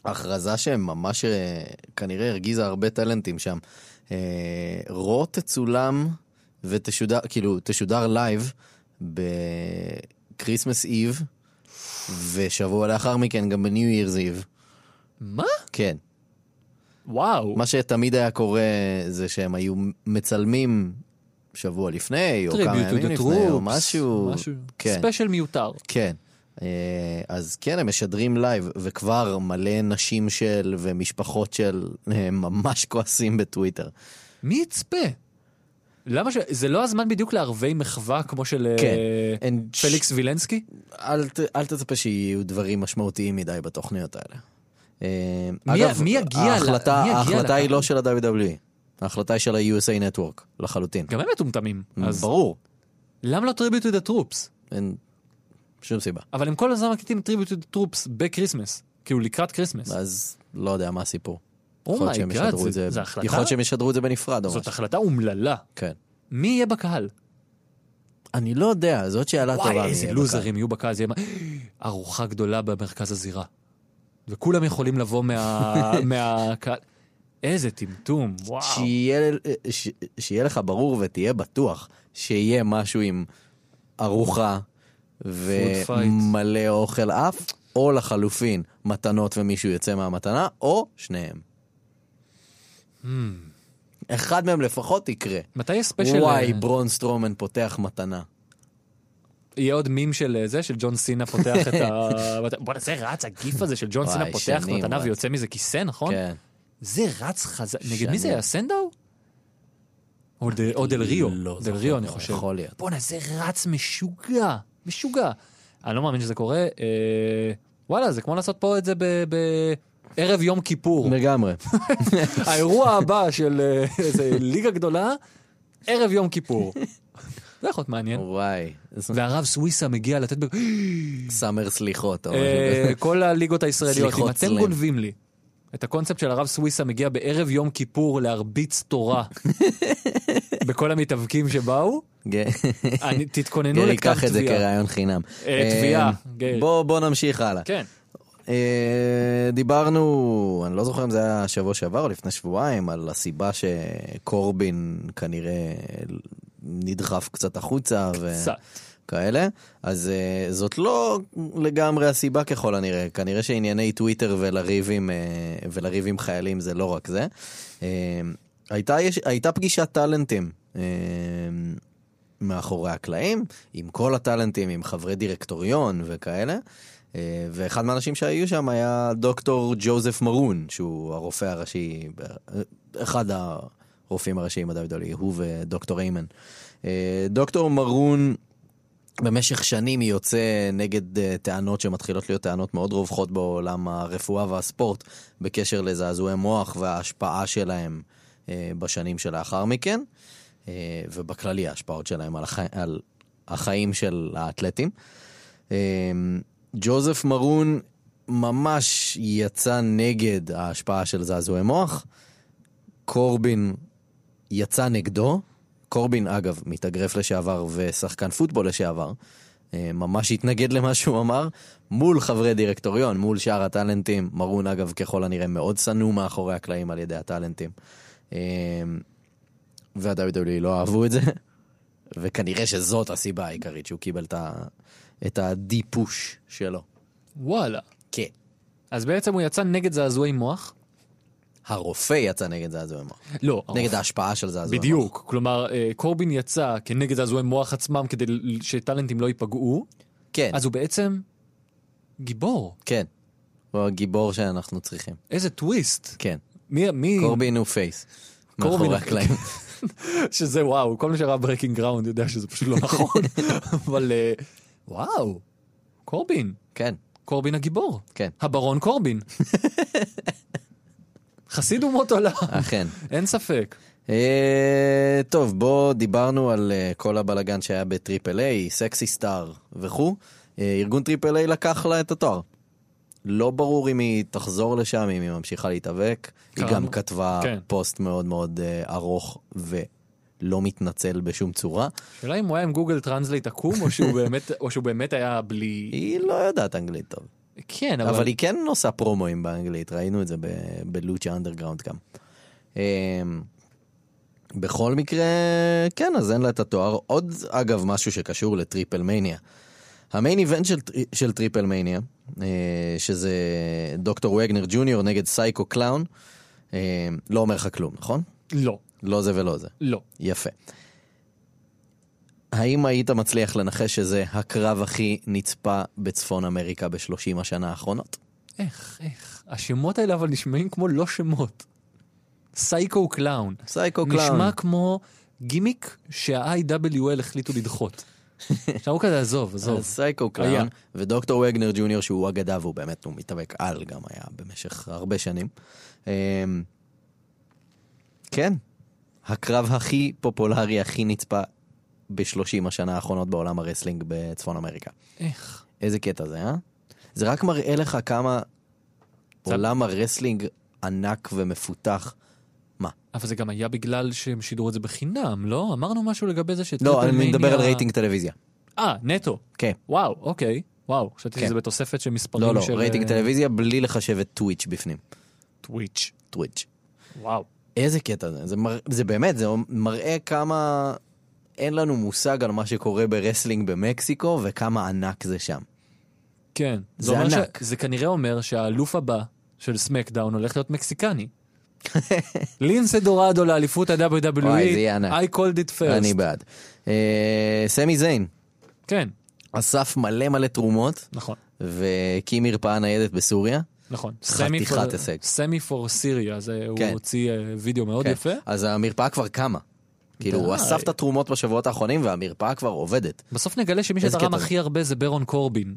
D: הכרזה שממש אה, כנראה הרגיזה הרבה טאלנטים שם. אה, רו תצולם ותשודר, כאילו, תשודר לייב בקריסמס איב, ושבוע לאחר מכן גם בניו ירס איב.
C: מה?
D: כן.
C: וואו.
D: מה שתמיד היה קורה זה שהם היו מצלמים שבוע לפני, או כמה
C: Tribute to
D: ימים
C: the
D: לפני, או
C: Troops,
D: משהו. כן.
C: ספיישל מיותר.
D: כן. אה, אז כן, הם משדרים לייב, וכבר מלא נשים של ומשפחות של אה, ממש כועסים בטוויטר.
C: מי יצפה? למה ש... זה לא הזמן בדיוק לערבי מחווה כמו של אה,
D: כן. אין ש-
C: פליקס וילנסקי?
D: אל, ת, אל תצפה שיהיו דברים משמעותיים מדי בתוכניות האלה. אה,
C: מי- מי יגיע ל-
D: ההחלטה,
C: מי יגיע
D: ההחלטה היא
C: לקהל?
D: לא של ה-WWE, ההחלטה היא של ה-USA Network, לחלוטין.
C: גם הם מטומטמים. אז
D: Mm, ברור,
C: למה לא טריביוט דה טרופס?
D: אין שום סיבה.
C: אבל הם כל הזמן מקליטים טריביוט דה טרופס בקריסמס. כאילו לקראת קריסמס.
D: אז לא יודע מה הסיפור.
C: Oh
D: יכול להיות שהם
C: אומייגאד,
D: ישדרו את זה,
C: זו החלטה?
D: יכול להיות שהם ישדרו את זה בנפרד או
C: זאת
D: משהו.
C: החלטה אומללה.
D: כן.
C: מי יהיה בקהל?
D: אני לא יודע, זאת שאלה טובה. לא
C: וואי,
D: מי
C: איזה
D: יהיה
C: לוזרים יהיו בקהל, זה יהיה מה- ארוחה גדולה במרכז הזירה. וכולם יכולים לבוא מה- מהקהל. איזה טמטום, וואו.
D: בקהל. שיהיה- אה, ש- שיהיה לך ברור ותהיה בטוח שיהיה משהו עם ארוחה
C: fight.
D: ומלא אוכל עף, או לחלופין מתנות ומישהו יוצא מהמתנה, או שניהם.
C: Hmm.
D: אחד מהם לפחות יקרה.
C: מתי יש ספיישל?
D: וואי,
C: אה,
D: ברון סטרומן פותח מתנה.
C: יהיה עוד מים של אה, זה, של ג'ון סינה פותח את ה... בוא'נה, זה רץ, הגיף הזה של ג'ון
D: וואי,
C: סינה פותח
D: שנים
C: מתנה
D: רץ.
C: ויוצא מזה כיסא, נכון?
D: כן.
C: זה רץ חזק. נגד מי
D: שנים.
C: זה היה? סנדאו? או דל- או דל ריו.
D: לא
C: דל
D: זוכר,
C: ריו, אני
D: לא
C: חושב.
D: יכול להיות.
C: בואנה, זה רץ משוגע. משוגע. אני לא מאמין שזה קורה. אה, וואלה, זה כמו לעשות פה את זה ב- בערב יום כיפור.
D: לגמרי.
C: האירוע הבא של אה, איזה ליגה גדולה, ערב יום כיפור. זה יכול להיות מעניין.
D: וואי.
C: והרב סוויסה מגיע לתת... ב-
D: סאמר סליחות. או משהו
C: אה,
D: כזה.
C: כל הליגות הישראליות, אם
D: אוקיי. סליחות
C: אתם
D: סלאם.
C: גונבים לי את הקונספט של הרב סוויסה מגיע בערב יום כיפור להרביץ תורה בכל המתאבקים שבאו,
D: כן.
C: אני- תתכוננו
D: גרי,
C: לכתב
D: קח את זה
C: תביעה.
D: כרעיון חינם.
C: אה, תביעה,
D: אה,
C: גרי.
D: בוא בוא נמשיך הלאה.
C: כן,
D: אה, דיברנו, אני לא זוכר אם זה היה שבוע שעבר או לפני שבועיים, על הסיבה שקורבין כנראה נדחף קצת החוצה. ו-
C: קצת.
D: כאלה, אז uh, זאת לא לגמרי הסיבה ככל הנראה, כנראה שענייני טוויטר ולריב עם, uh, ולריב עם חיילים זה לא רק זה. Uh, הייתה, יש, הייתה פגישת טאלנטים uh, מאחורי הקלעים, עם כל הטאלנטים, עם חברי דירקטוריון וכאלה, uh, ואחד מהאנשים שהיו שם היה דוקטור ג'וזף מרון, שהוא הרופא הראשי, ב- אחד הרופאים הראשיים ב-WWE, הוא ודוקטור איימן. אה, דוקטור מרון במשך שנים יוצא נגד אה, טענות שמתחילות להיות טענות מאוד רווחות בעולם הרפואה והספורט בקשר לזעזועי מוח וההשפעה שלהם אה, בשנים שלאחר מכן, אה, ובכללי ההשפעות שלהם על, החי... על החיים של האתלטים. אה, ג'וזף מרון ממש יצא נגד ההשפעה של זעזועי מוח. קורבין יצא נגדו. קורבין, אגב, מתאגרף לשעבר ושחקן פוטבול לשעבר, אה, ממש התנגד למה שהוא אמר, מול חברי דירקטוריון, מול שאר הטאלנטים. מרון, אגב, ככל הנראה מאוד שנוא מאחורי הקלעים על ידי הטאלנטים. אה, וה-WWE לא אהבו את זה, וכנראה שזאת הסיבה העיקרית שהוא קיבל את ה- את הדי-פוש שלו.
C: וואלה.
D: כן.
C: אז בעצם הוא יצא נגד זעזועי מוח?
D: הרופא יצא נגד זעזועי מוח,
C: לא,
D: נגד ההשפעה של זעזועי מוח.
C: בדיוק. כלומר, אה, קורבין יצא כנגד זעזועי מוח עצמם כדי ל- שטאלנטים לא ייפגעו,
D: כן,
C: אז הוא בעצם גיבור.
D: כן. הוא הגיבור שאנחנו צריכים.
C: איזה טוויסט.
D: כן.
C: מי, מי,
D: קורבין הוא פייס.
C: קורבין
D: מאחורי
C: הוא-
D: הקלעים.
C: שזה וואו, כל מי שראה ברקינג גראונד יודע שזה פשוט לא נכון, אבל אה, וואו, קורבין,
D: כן,
C: קורבין הגיבור,
D: כן.
C: הברון קורבין. חסיד אומות עולם,
D: אכן.
C: אין ספק.
D: אה, טוב, בוא דיברנו על אה, כל הבלגן שהיה בטריפל איי, סקסי סטאר וכו'. אה, ארגון טריפל איי לקח לה את התואר. לא ברור אם היא תחזור לשם, אם היא ממשיכה להתאבק. היא
C: קראנו.
D: גם כתבה
C: כן.
D: פוסט מאוד מאוד אה, ארוך ולא מתנצל בשום צורה.
C: השאלה אם הוא היה עם גוגל טרנסלייט עקום, או שהוא באמת, או שהוא באמת היה בלי...
D: היא לא יודעת אנגלית טוב.
C: כן,
D: אבל
C: אבל...
D: היא כן עושה פרומואים באנגלית, ראינו את זה ב- בלוצ'ה אנדרגראונד גם. אמ, בכל מקרה, כן, אז אין לה את התואר. עוד, אגב, משהו שקשור לטריפל מניה. המיין איבנט של, טרי- של טריפל מניה, אה, שזה דוקטור וגנר ג'וניור נגד סייקו קלאון, אה, לא אומר לך כלום, נכון?
C: לא,
D: לא זה ולא זה.
C: לא.
D: יפה. האם היית מצליח לנחש שזה הקרב הכי נצפה בצפון אמריקה בשלושים השנה האחרונות?
C: איך, איך. השמות האלה אבל נשמעים כמו לא שמות. סייקו קלאון.
D: סייקו קלאון.
C: נשמע כמו גימיק שה-IWL החליטו לדחות. עכשיו הוא כזה, עזוב, עזוב.
D: אה, סייקו
C: היה.
D: קראון, ודוקטור וגנר ג'וניור שהוא אגדה והוא באמת, הוא מתאבק על גם היה במשך הרבה שנים. אמ, כן, הקרב הכי פופולרי, הכי נצפה ב-30 השנה האחרונות בעולם הרסלינג בצפון אמריקה.
C: איך?
D: איזה קטע זה, אה? זה רק מראה לך כמה
C: זה-
D: עולם הרסלינג ענק ומפותח.
C: אבל זה גם היה בגלל שהם שידרו את זה בחינם, לא? אמרנו משהו לגבי זה שטריפל
D: לא, אני מדבר
C: מניה-
D: על רייטינג טלוויזיה.
C: אה, נטו.
D: כן.
C: וואו, אוקיי. וואו, חשבתי
D: כן.
C: שזה בתוספת של מספרים
D: לא, לא,
C: של... אה,
D: רייטינג טלוויזיה בלי לחשב את טוויץ' בפנים.
C: טוויץ'.
D: טוויץ'.
C: וואו.
D: איזה קטע זה, זה, מר... זה באמת, זה מראה כמה אין לנו מושג על מה שקורה ברסלינג במקסיקו וכמה ענק זה שם.
C: כן.
D: זה
C: אומר ש-
D: ענק.
C: זה כנראה אומר שהאלוף הבא של סמקדאון הולך להיות מקסיקני. לינסה דורדו לאליפות
D: וואי, זה
C: ה-WWE,
D: יהיה ענק.
C: I called it first.
D: אני בעד. אה, סמי זיין
C: כן,
D: אסף מלא מלא תרומות
C: נכון,
D: והקים מרפאה ניידת בסוריה.
C: נכון.
D: חתיכת הישג.
C: סמי פור סירי, אז אה, הוא
D: כן.
C: הוציא אה, וידאו מאוד
D: כן.
C: יפה.
D: אז המרפאה כבר קמה. כאילו, הוא
C: די.
D: אסף את התרומות בשבועות האחרונים והמרפאה כבר עובדת.
C: בסוף נגלה שמי
D: איזה
C: שתרם
D: קטע זה?
C: הכי הרבה זה ברון קורבין.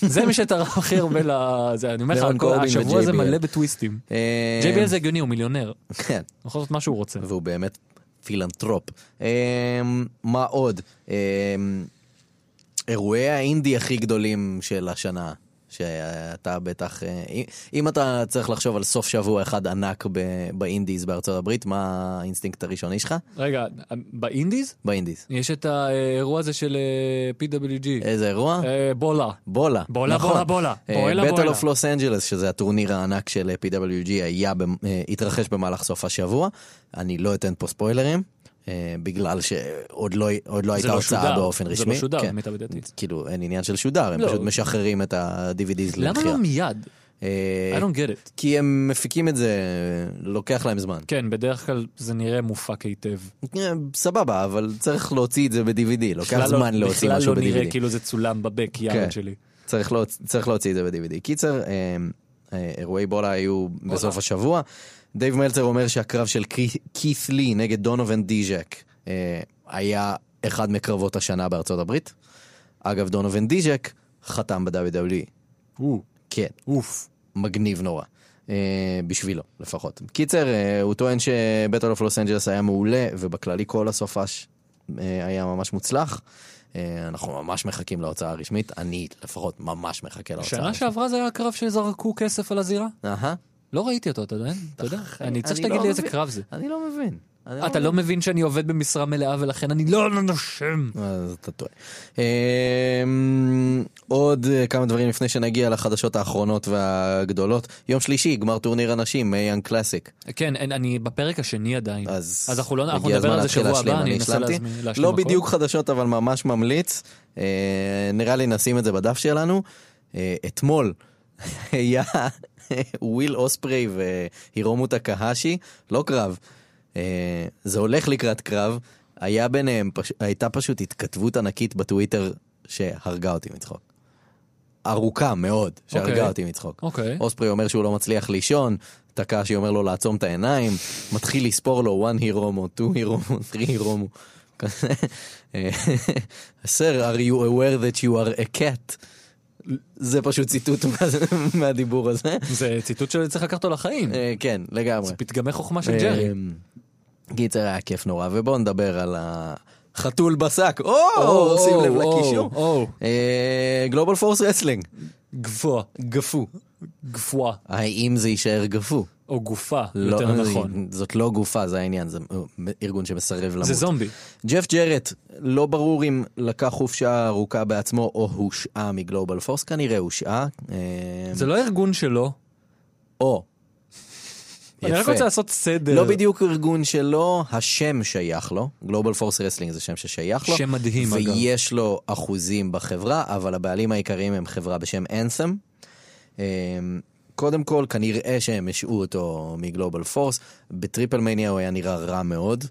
C: זה מי שתרם הכי הרבה ל... זה, אני אומר לך,
D: ברון
C: הכל-
D: קורבין
C: השבוע הזה
D: ו-JBL.
C: מלא בטוויסטים.
D: אה,
C: JBL זה הגיוני, הוא מיליונר. הוא
D: כן.
C: יכול לעשות מה שהוא רוצה.
D: והוא באמת פילנטרופ. אמ, מה עוד? אמ, אירועי האינדי הכי גדולים של השנה, שאתה בטח... אה, אם- אם אתה צריך לחשוב על סוף שבוע אחד ענק ב- באינדיז בארצות הברית, מה האינסטינקט הראשוני שלך?
C: רגע, אה, באינדיז
D: באינדיז.
C: יש את האירוע הזה של אה, PWG.
D: איזה אירוע?
C: אה, בולה.
D: בולה.
C: בולה,
D: נכון.
C: בולה, בולה.
D: אה,
C: בואלה,
D: Battle
C: בואלה.
D: of Los Angeles, שזה הטורניר הענק של אה, PWG, היה, במ- אה, התרחש במהלך סוף השבוע. אני לא אתן פה ספוילרים, אה, בגלל שעוד לא, עוד לא
C: זה
D: הייתה
C: לא
D: הוצאה
C: שודר.
D: באופן
C: זה
D: רשמי.
C: לא שודר,
D: כן.
C: למיטב ידיעתי.
D: כאילו, אין עניין של שודר, הם
C: לא.
D: פשוט משחררים את ה-DVDs
C: למה
D: למכירה.
C: לא מיד?
D: אה,
C: I don't get it.
D: כי הם מפיקים את זה, לוקח להם זמן.
C: כן, בדרך כלל זה נראה מופק היטב.
D: אה, סבבה, אבל צריך להוציא את זה ב-DVD, לוקח
C: בכלל לא-
D: זמן להוציא משהו ב-DVD.
C: בכלל לא נראה כאילו זה צולם בבק, יאללה
D: כן.
C: שלי.
D: צריך, להוצ... צריך להוציא את זה ב-DVD. קיצר, אה, אה, אירועי בולה היו בסוף השבוע. דייב מלצר אומר שהקרב של קי- כית' לי נגד דונובין דיז'ק אה, היה אחד מקרבות השנה בארצות הברית. אגב, דונובין דיז'ק חתם E. ב-WWE.
C: או,
D: כן,
C: אוף.
D: מגניב נורא. אה, בשבילו, לפחות. קיצר, אה, הוא טוען שבטל אוף לוס אנג'לס היה מעולה, ובכללי כל הסופש אה, היה ממש מוצלח. אה, אנחנו ממש מחכים להוצאה הרשמית, אני לפחות ממש מחכה להוצאה
C: שנה
D: הרשמית.
C: שעברה זה היה קרב שזרקו כסף על הזירה?
D: אהה.
C: לא ראיתי אותו, אתה יודע? אתה יודע? אני צריך
D: אני
C: שתגיד
D: לא
C: לי איזה
D: מבין.
C: קרב זה.
D: אני לא מבין. אני
C: אתה לא מבין שאני עובד במשרה מלאה ולכן אני לא נושם.
D: אה, אז אתה טועה. אה, אמ, עוד אה, כמה דברים לפני שנגיע לחדשות האחרונות והגדולות. יום שלישי, גמר טורניר הנשים, מייאן קלאסיק.
C: כן, אין, אני בפרק השני עדיין.
D: אז
C: אז אנחנו לא- אנחנו
D: הגיע
C: נדבר
D: הזמן
C: על זה
D: להתחיל
C: שבוע הבא,
D: להשלים,
C: אני אנסה
D: השלמתי.
C: להזמין- להשלים
D: לא
C: הכל.
D: בדיוק חדשות, אבל ממש ממליץ. אה, נראה לי נשים את זה בדף שלנו. אה, אתמול היה וויל אוספרי והירומו טקהשי, לא קרב. אה, זה הולך לקראת קרב. היה ביניהם, פש... הייתה פשוט התכתבות ענקית בטוויטר שהרגה אותי מצחוק. ארוכה מאוד, שהרגה
C: אוקיי.
D: אותי מצחוק.
C: אוקיי.
D: אוספרי אומר שהוא לא מצליח לישון, טקאשי אומר לו לעצום את העיניים, מתחיל לספור לו 1 הירומו, 2 הירומו, 3 הירומו. כזה. Sir, are you aware that you are a cat? זה פשוט ציטוט מה- מהדיבור הזה.
C: זה ציטוט שצריך לקחת אותו לחיים.
D: אה, כן, לגמרי.
C: זה פתגמי חוכמה של ג'רי.
D: אה, קיצר היה כיף נורא, ובואו נדבר על החתול בשק.
C: או,
D: או, שים לב
C: או,
D: לקישור. אה,
C: או.
D: גלובל פורס רסלינג,
C: גבוה.
D: גפו.
C: גפואה.
D: האם זה יישאר גפו?
C: או גופה, יותר
D: זה-
C: נכון.
D: לא, זאת לא גופה, זה העניין, זה ארגון שמסרב לא למות.
C: זה זומבי.
D: ג'ף ג'רט, לא ברור אם לקח חופשה ארוכה בעצמו או הושעה מגלובל פורס, כנראה הושעה. אה,
C: זה לא ארגון שלו.
D: או.
C: אני רק
D: יפה.
C: רוצה לעשות סדר.
D: לא בדיוק ארגון שלו, השם שייך לו, גלובל פורס רסלינג זה שם ששייך לו.
C: שם מדהים, אגב.
D: ויש לו אחוזים בחברה, אבל הבעלים העיקריים הם חברה בשם אנסם. אמ, קודם כל, כנראה שהם השעו אותו מגלובל פורס. בטריפל מניה הוא היה נראה רע מאוד.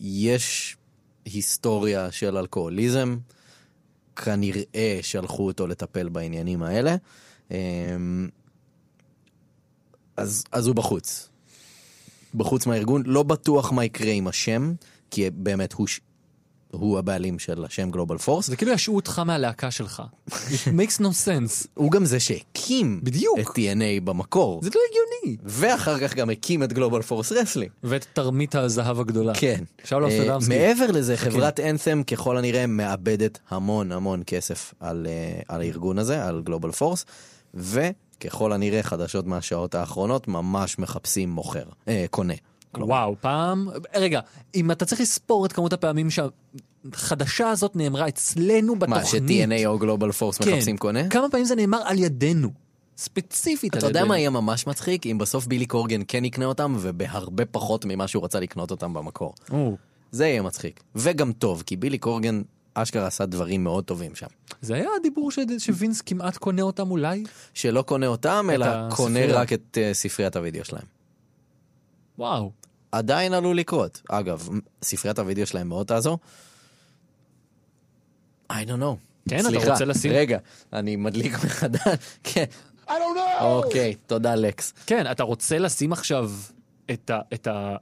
D: יש היסטוריה של אלכוהוליזם. כנראה שלחו אותו לטפל בעניינים האלה. אמ, אז, אז הוא בחוץ. בחוץ מהארגון, לא בטוח מה יקרה עם השם. כי באמת הוא, ש- הוא הבעלים של השם גלובל פורס.
C: זה כאילו ישעו אותך מהלהקה שלך. It makes no sense.
D: הוא גם זה שהקים
C: בדיוק.
D: את TNA במקור,
C: זה לא הגיוני.
D: ואחר כך גם הקים את גלובל פורס רסלינג.
C: ואת תרמית הזהב הגדולה.
D: כן.
C: שלום
D: אה,
C: סדמסקי.
D: מעבר לזה, חברת אנת'ם ככל הנראה מאבדת המון המון כסף על, אה, על הארגון הזה, על גלובל פורס, וככל הנראה חדשות מהשעות האחרונות ממש מחפשים מוכר, אה, קונה.
C: וואו, פעם... רגע, אם אתה צריך לספור את כמות הפעמים שהחדשה הזאת נאמרה אצלנו בתוכנית...
D: מה, ש-TNA או גלובל פורס
C: כן.
D: מחפשים קונה?
C: כמה פעמים זה נאמר על ידינו? ספציפית על
D: אתה
C: ידינו.
D: יודע מה יהיה ממש מצחיק? אם בסוף בילי קורגן כן יקנה אותם, ובהרבה פחות ממה שהוא רצה לקנות אותם במקור.
C: או,
D: זה יהיה מצחיק. וגם טוב, כי בילי קורגן אשכרה עשה דברים מאוד טובים שם.
C: זה היה הדיבור ש... שווינס כמעט קונה אותם אולי?
D: שלא קונה אותם, אלא קונה
C: הספרייה.
D: רק את אה, ספריית הוידאו שלהם.
C: וואו.
D: עדיין עלול לקרות. אגב, ספריית הוידאו שלהם מאוד תעזור. I don't know.
C: כן, אתה
D: סליחה,
C: רוצה לשים-
D: רגע, אני מדליק מחדש. כן,
E: I don't know!
D: אוקיי, תודה לקס.
C: כן, אתה רוצה לשים עכשיו את ה... את ה...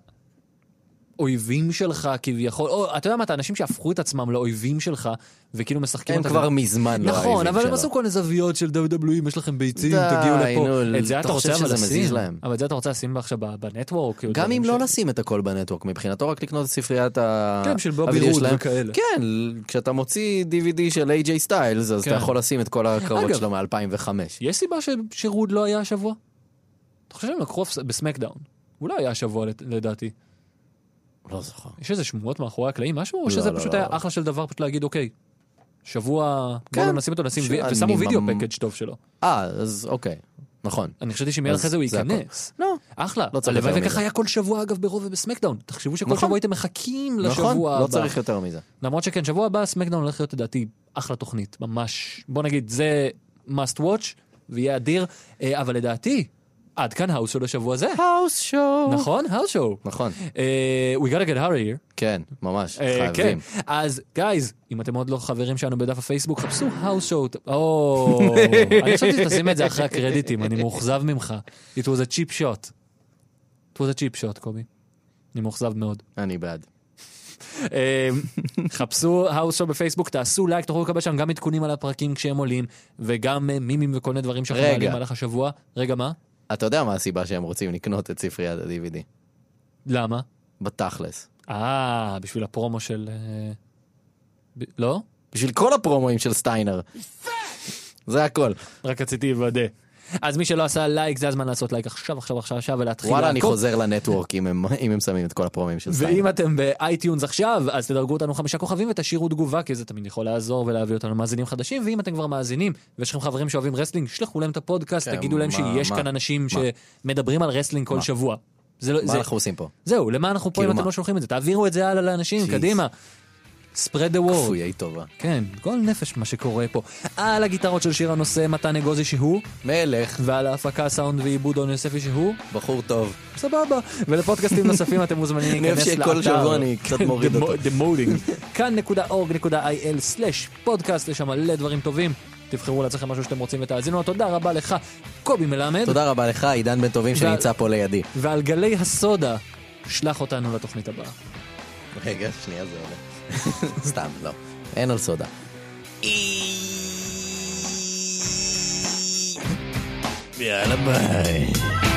C: אויבים שלך כביכול, או אתה יודע מה, את האנשים שהפכו את עצמם לאויבים שלך, וכאילו משחקים
D: הם
C: אותה-
D: כבר מזמן לא האויבים שלו.
C: נכון, אבל הם עשו כל מיני זוויות של WWE, יש לכם ביצים,
D: די,
C: תגיעו לפה.
D: נו,
C: את זה
D: אתה
C: אתה רוצה
D: חושב
C: אבל
D: שזה מזיז
C: לשים,
D: להם?
C: אבל את זה אתה רוצה לשים עכשיו ב- בנטוורק. כאילו,
D: גם
C: דברים
D: אם
C: ש-
D: לא לשים את הכל בנטוורק, מבחינתו רק לקנות את ספריית ה...
C: כן, של בובי
D: הוידאו
C: רוד
D: שלהם.
C: וכאלה.
D: כן, כשאתה מוציא DVD של איי-ג'יי סטיילס, אז
C: כן.
D: אתה יכול לשים את כל הקרבות
C: אגב-
D: שלו מ-2005.
C: יש סיבה ש- שרוד לא היה השבוע? אתה חושב שהם לקחו הפס- בסמקדאון. הוא לא היה השבוע לת- לדעתי.
D: לא זוכר.
C: יש איזה שמועות מאחורי הקלעים, משהו? או
D: לא,
C: שזה
D: לא,
C: פשוט
D: לא.
C: היה אחלה של דבר פשוט להגיד, אוקיי, שבוע,
D: כן.
C: בואו נשים אותו, נשים, וי-
D: שאני
C: ושמו וידאו
D: ממ-
C: פקאג' טוב שלו.
D: אה, אז אוקיי, נכון.
C: אני חשבתי שמיד
D: אז
C: אחרי זה הוא
D: זה הכל.
C: ייכנס.
D: לא.
C: אחלה.
D: לא צריך
C: הלוואי
D: יותר
C: וככה
D: מזה.
C: היה כל שבוע, אגב, ברוב ובסמקדאון. תחשבו שכל
D: נכון.
C: שבוע הייתם מחכים לשבוע הבא.
D: נכון, לא צריך יותר מזה.
C: למרות שכן, שבוע הבא סמקדאון הולך להיות לדעתי אחלה תוכנית, ממש. בוא נגיד, זה must watch, ויהיה אדיר, אה, אבל לדעתי, עד כאן האוס של השבוע הזה.
D: האוס שואו. נכון.
C: נכון? האוס שואו.
D: נכון,
C: We gotta get out of here.
D: כן, ממש,
C: אה,
D: חייבים.
C: כן. אז גייז, אם אתם עוד לא חברים שלנו בדף הפייסבוק, חפשו האוס שואו. או, אני חשבתי שתשים את זה אחרי הקרדיטים, אני מאוכזב ממך. It was a cheap shot. It was a cheap shot, קובי. אני מאוכזב מאוד.
D: אני בעד.
C: אה, חפשו האוס שואו בפייסבוק, תעשו לייק, תוכלו לקבל שם גם עדכונים על הפרקים כשהם עולים, וגם אה, מימים וכל מיני דברים שאנחנו
D: רגע.
C: מעלים במהלך השבוע. רגע, מה?
D: אתה יודע מה הסיבה שהם רוצים לקנות את ספריית ה-DVD?
C: למה?
D: בתכלס.
C: אה, בשביל הפרומו של... אה, ב- לא?
D: בשביל כל הפרומואים של סטיינר. זה הכל.
C: רק רציתי לוודא. אז מי שלא עשה לייק, זה הזמן לעשות לייק עכשיו, עכשיו, עכשיו, עכשיו, ולהתחיל
D: וואלה, אני חוזר לנטוורק אם הם- אם הם שמים את כל הפרומואים של סטיינר.
C: ואם אתם באייטיונס עכשיו, אז תדרגו אותנו חמישה כוכבים ותשאירו תגובה, כי זה תמיד יכול לעזור ולהביא אותנו למאזינים חדשים, ואם אתם כבר מאזינים, ויש לכם חברים שאוהבים רסלינג, שלחו להם את הפודקאסט,
D: כן,
C: תגידו להם
D: מה-
C: שיש
D: מה-
C: כאן אנשים
D: מה?
C: שמדברים על רסלינג כל
D: מה?
C: שבוע. זה לא-
D: מה
C: זה-
D: אנחנו עושים פה?
C: זהו, למה אנחנו פה
D: כאילו
C: אם אתם
D: מה?
C: לא שולחים את זה? תעבירו את זה הלאה לאנשים,
D: Jeez.
C: קדימה. spread the word.
D: כפויי טובה.
C: כן, גול נפש מה שקורה פה. על הגיטרות של שיר הנושא, מתן אגוזי שהוא,
D: מלך,
C: ועל ההפקה, סאונד ועיבוד און יוספי שהוא,
D: בחור טוב.
C: סבבה. ולפודקאסטים נוספים אתם מוזמנים
D: אני אוהב
C: להיכנס לאתר.
D: שכל שבוע אני קצת מוריד
C: דמו-
D: אותו.
C: דמולינג. כאן.org.il/פודקאסט, יש שם מלא דברים טובים. תבחרו לעצמכם משהו שאתם רוצים ותאזינו. לו. תודה רבה לך, קובי מלמד.
D: תודה רבה לך, עידן בן טובים שנמצא פה לידי.
C: ועל גלי הסודה, שלח אותנו לתוכנית הבאה.
D: רגע, שנייה זה עולה. סתם, לא. אין על סודה. יאללה ביי.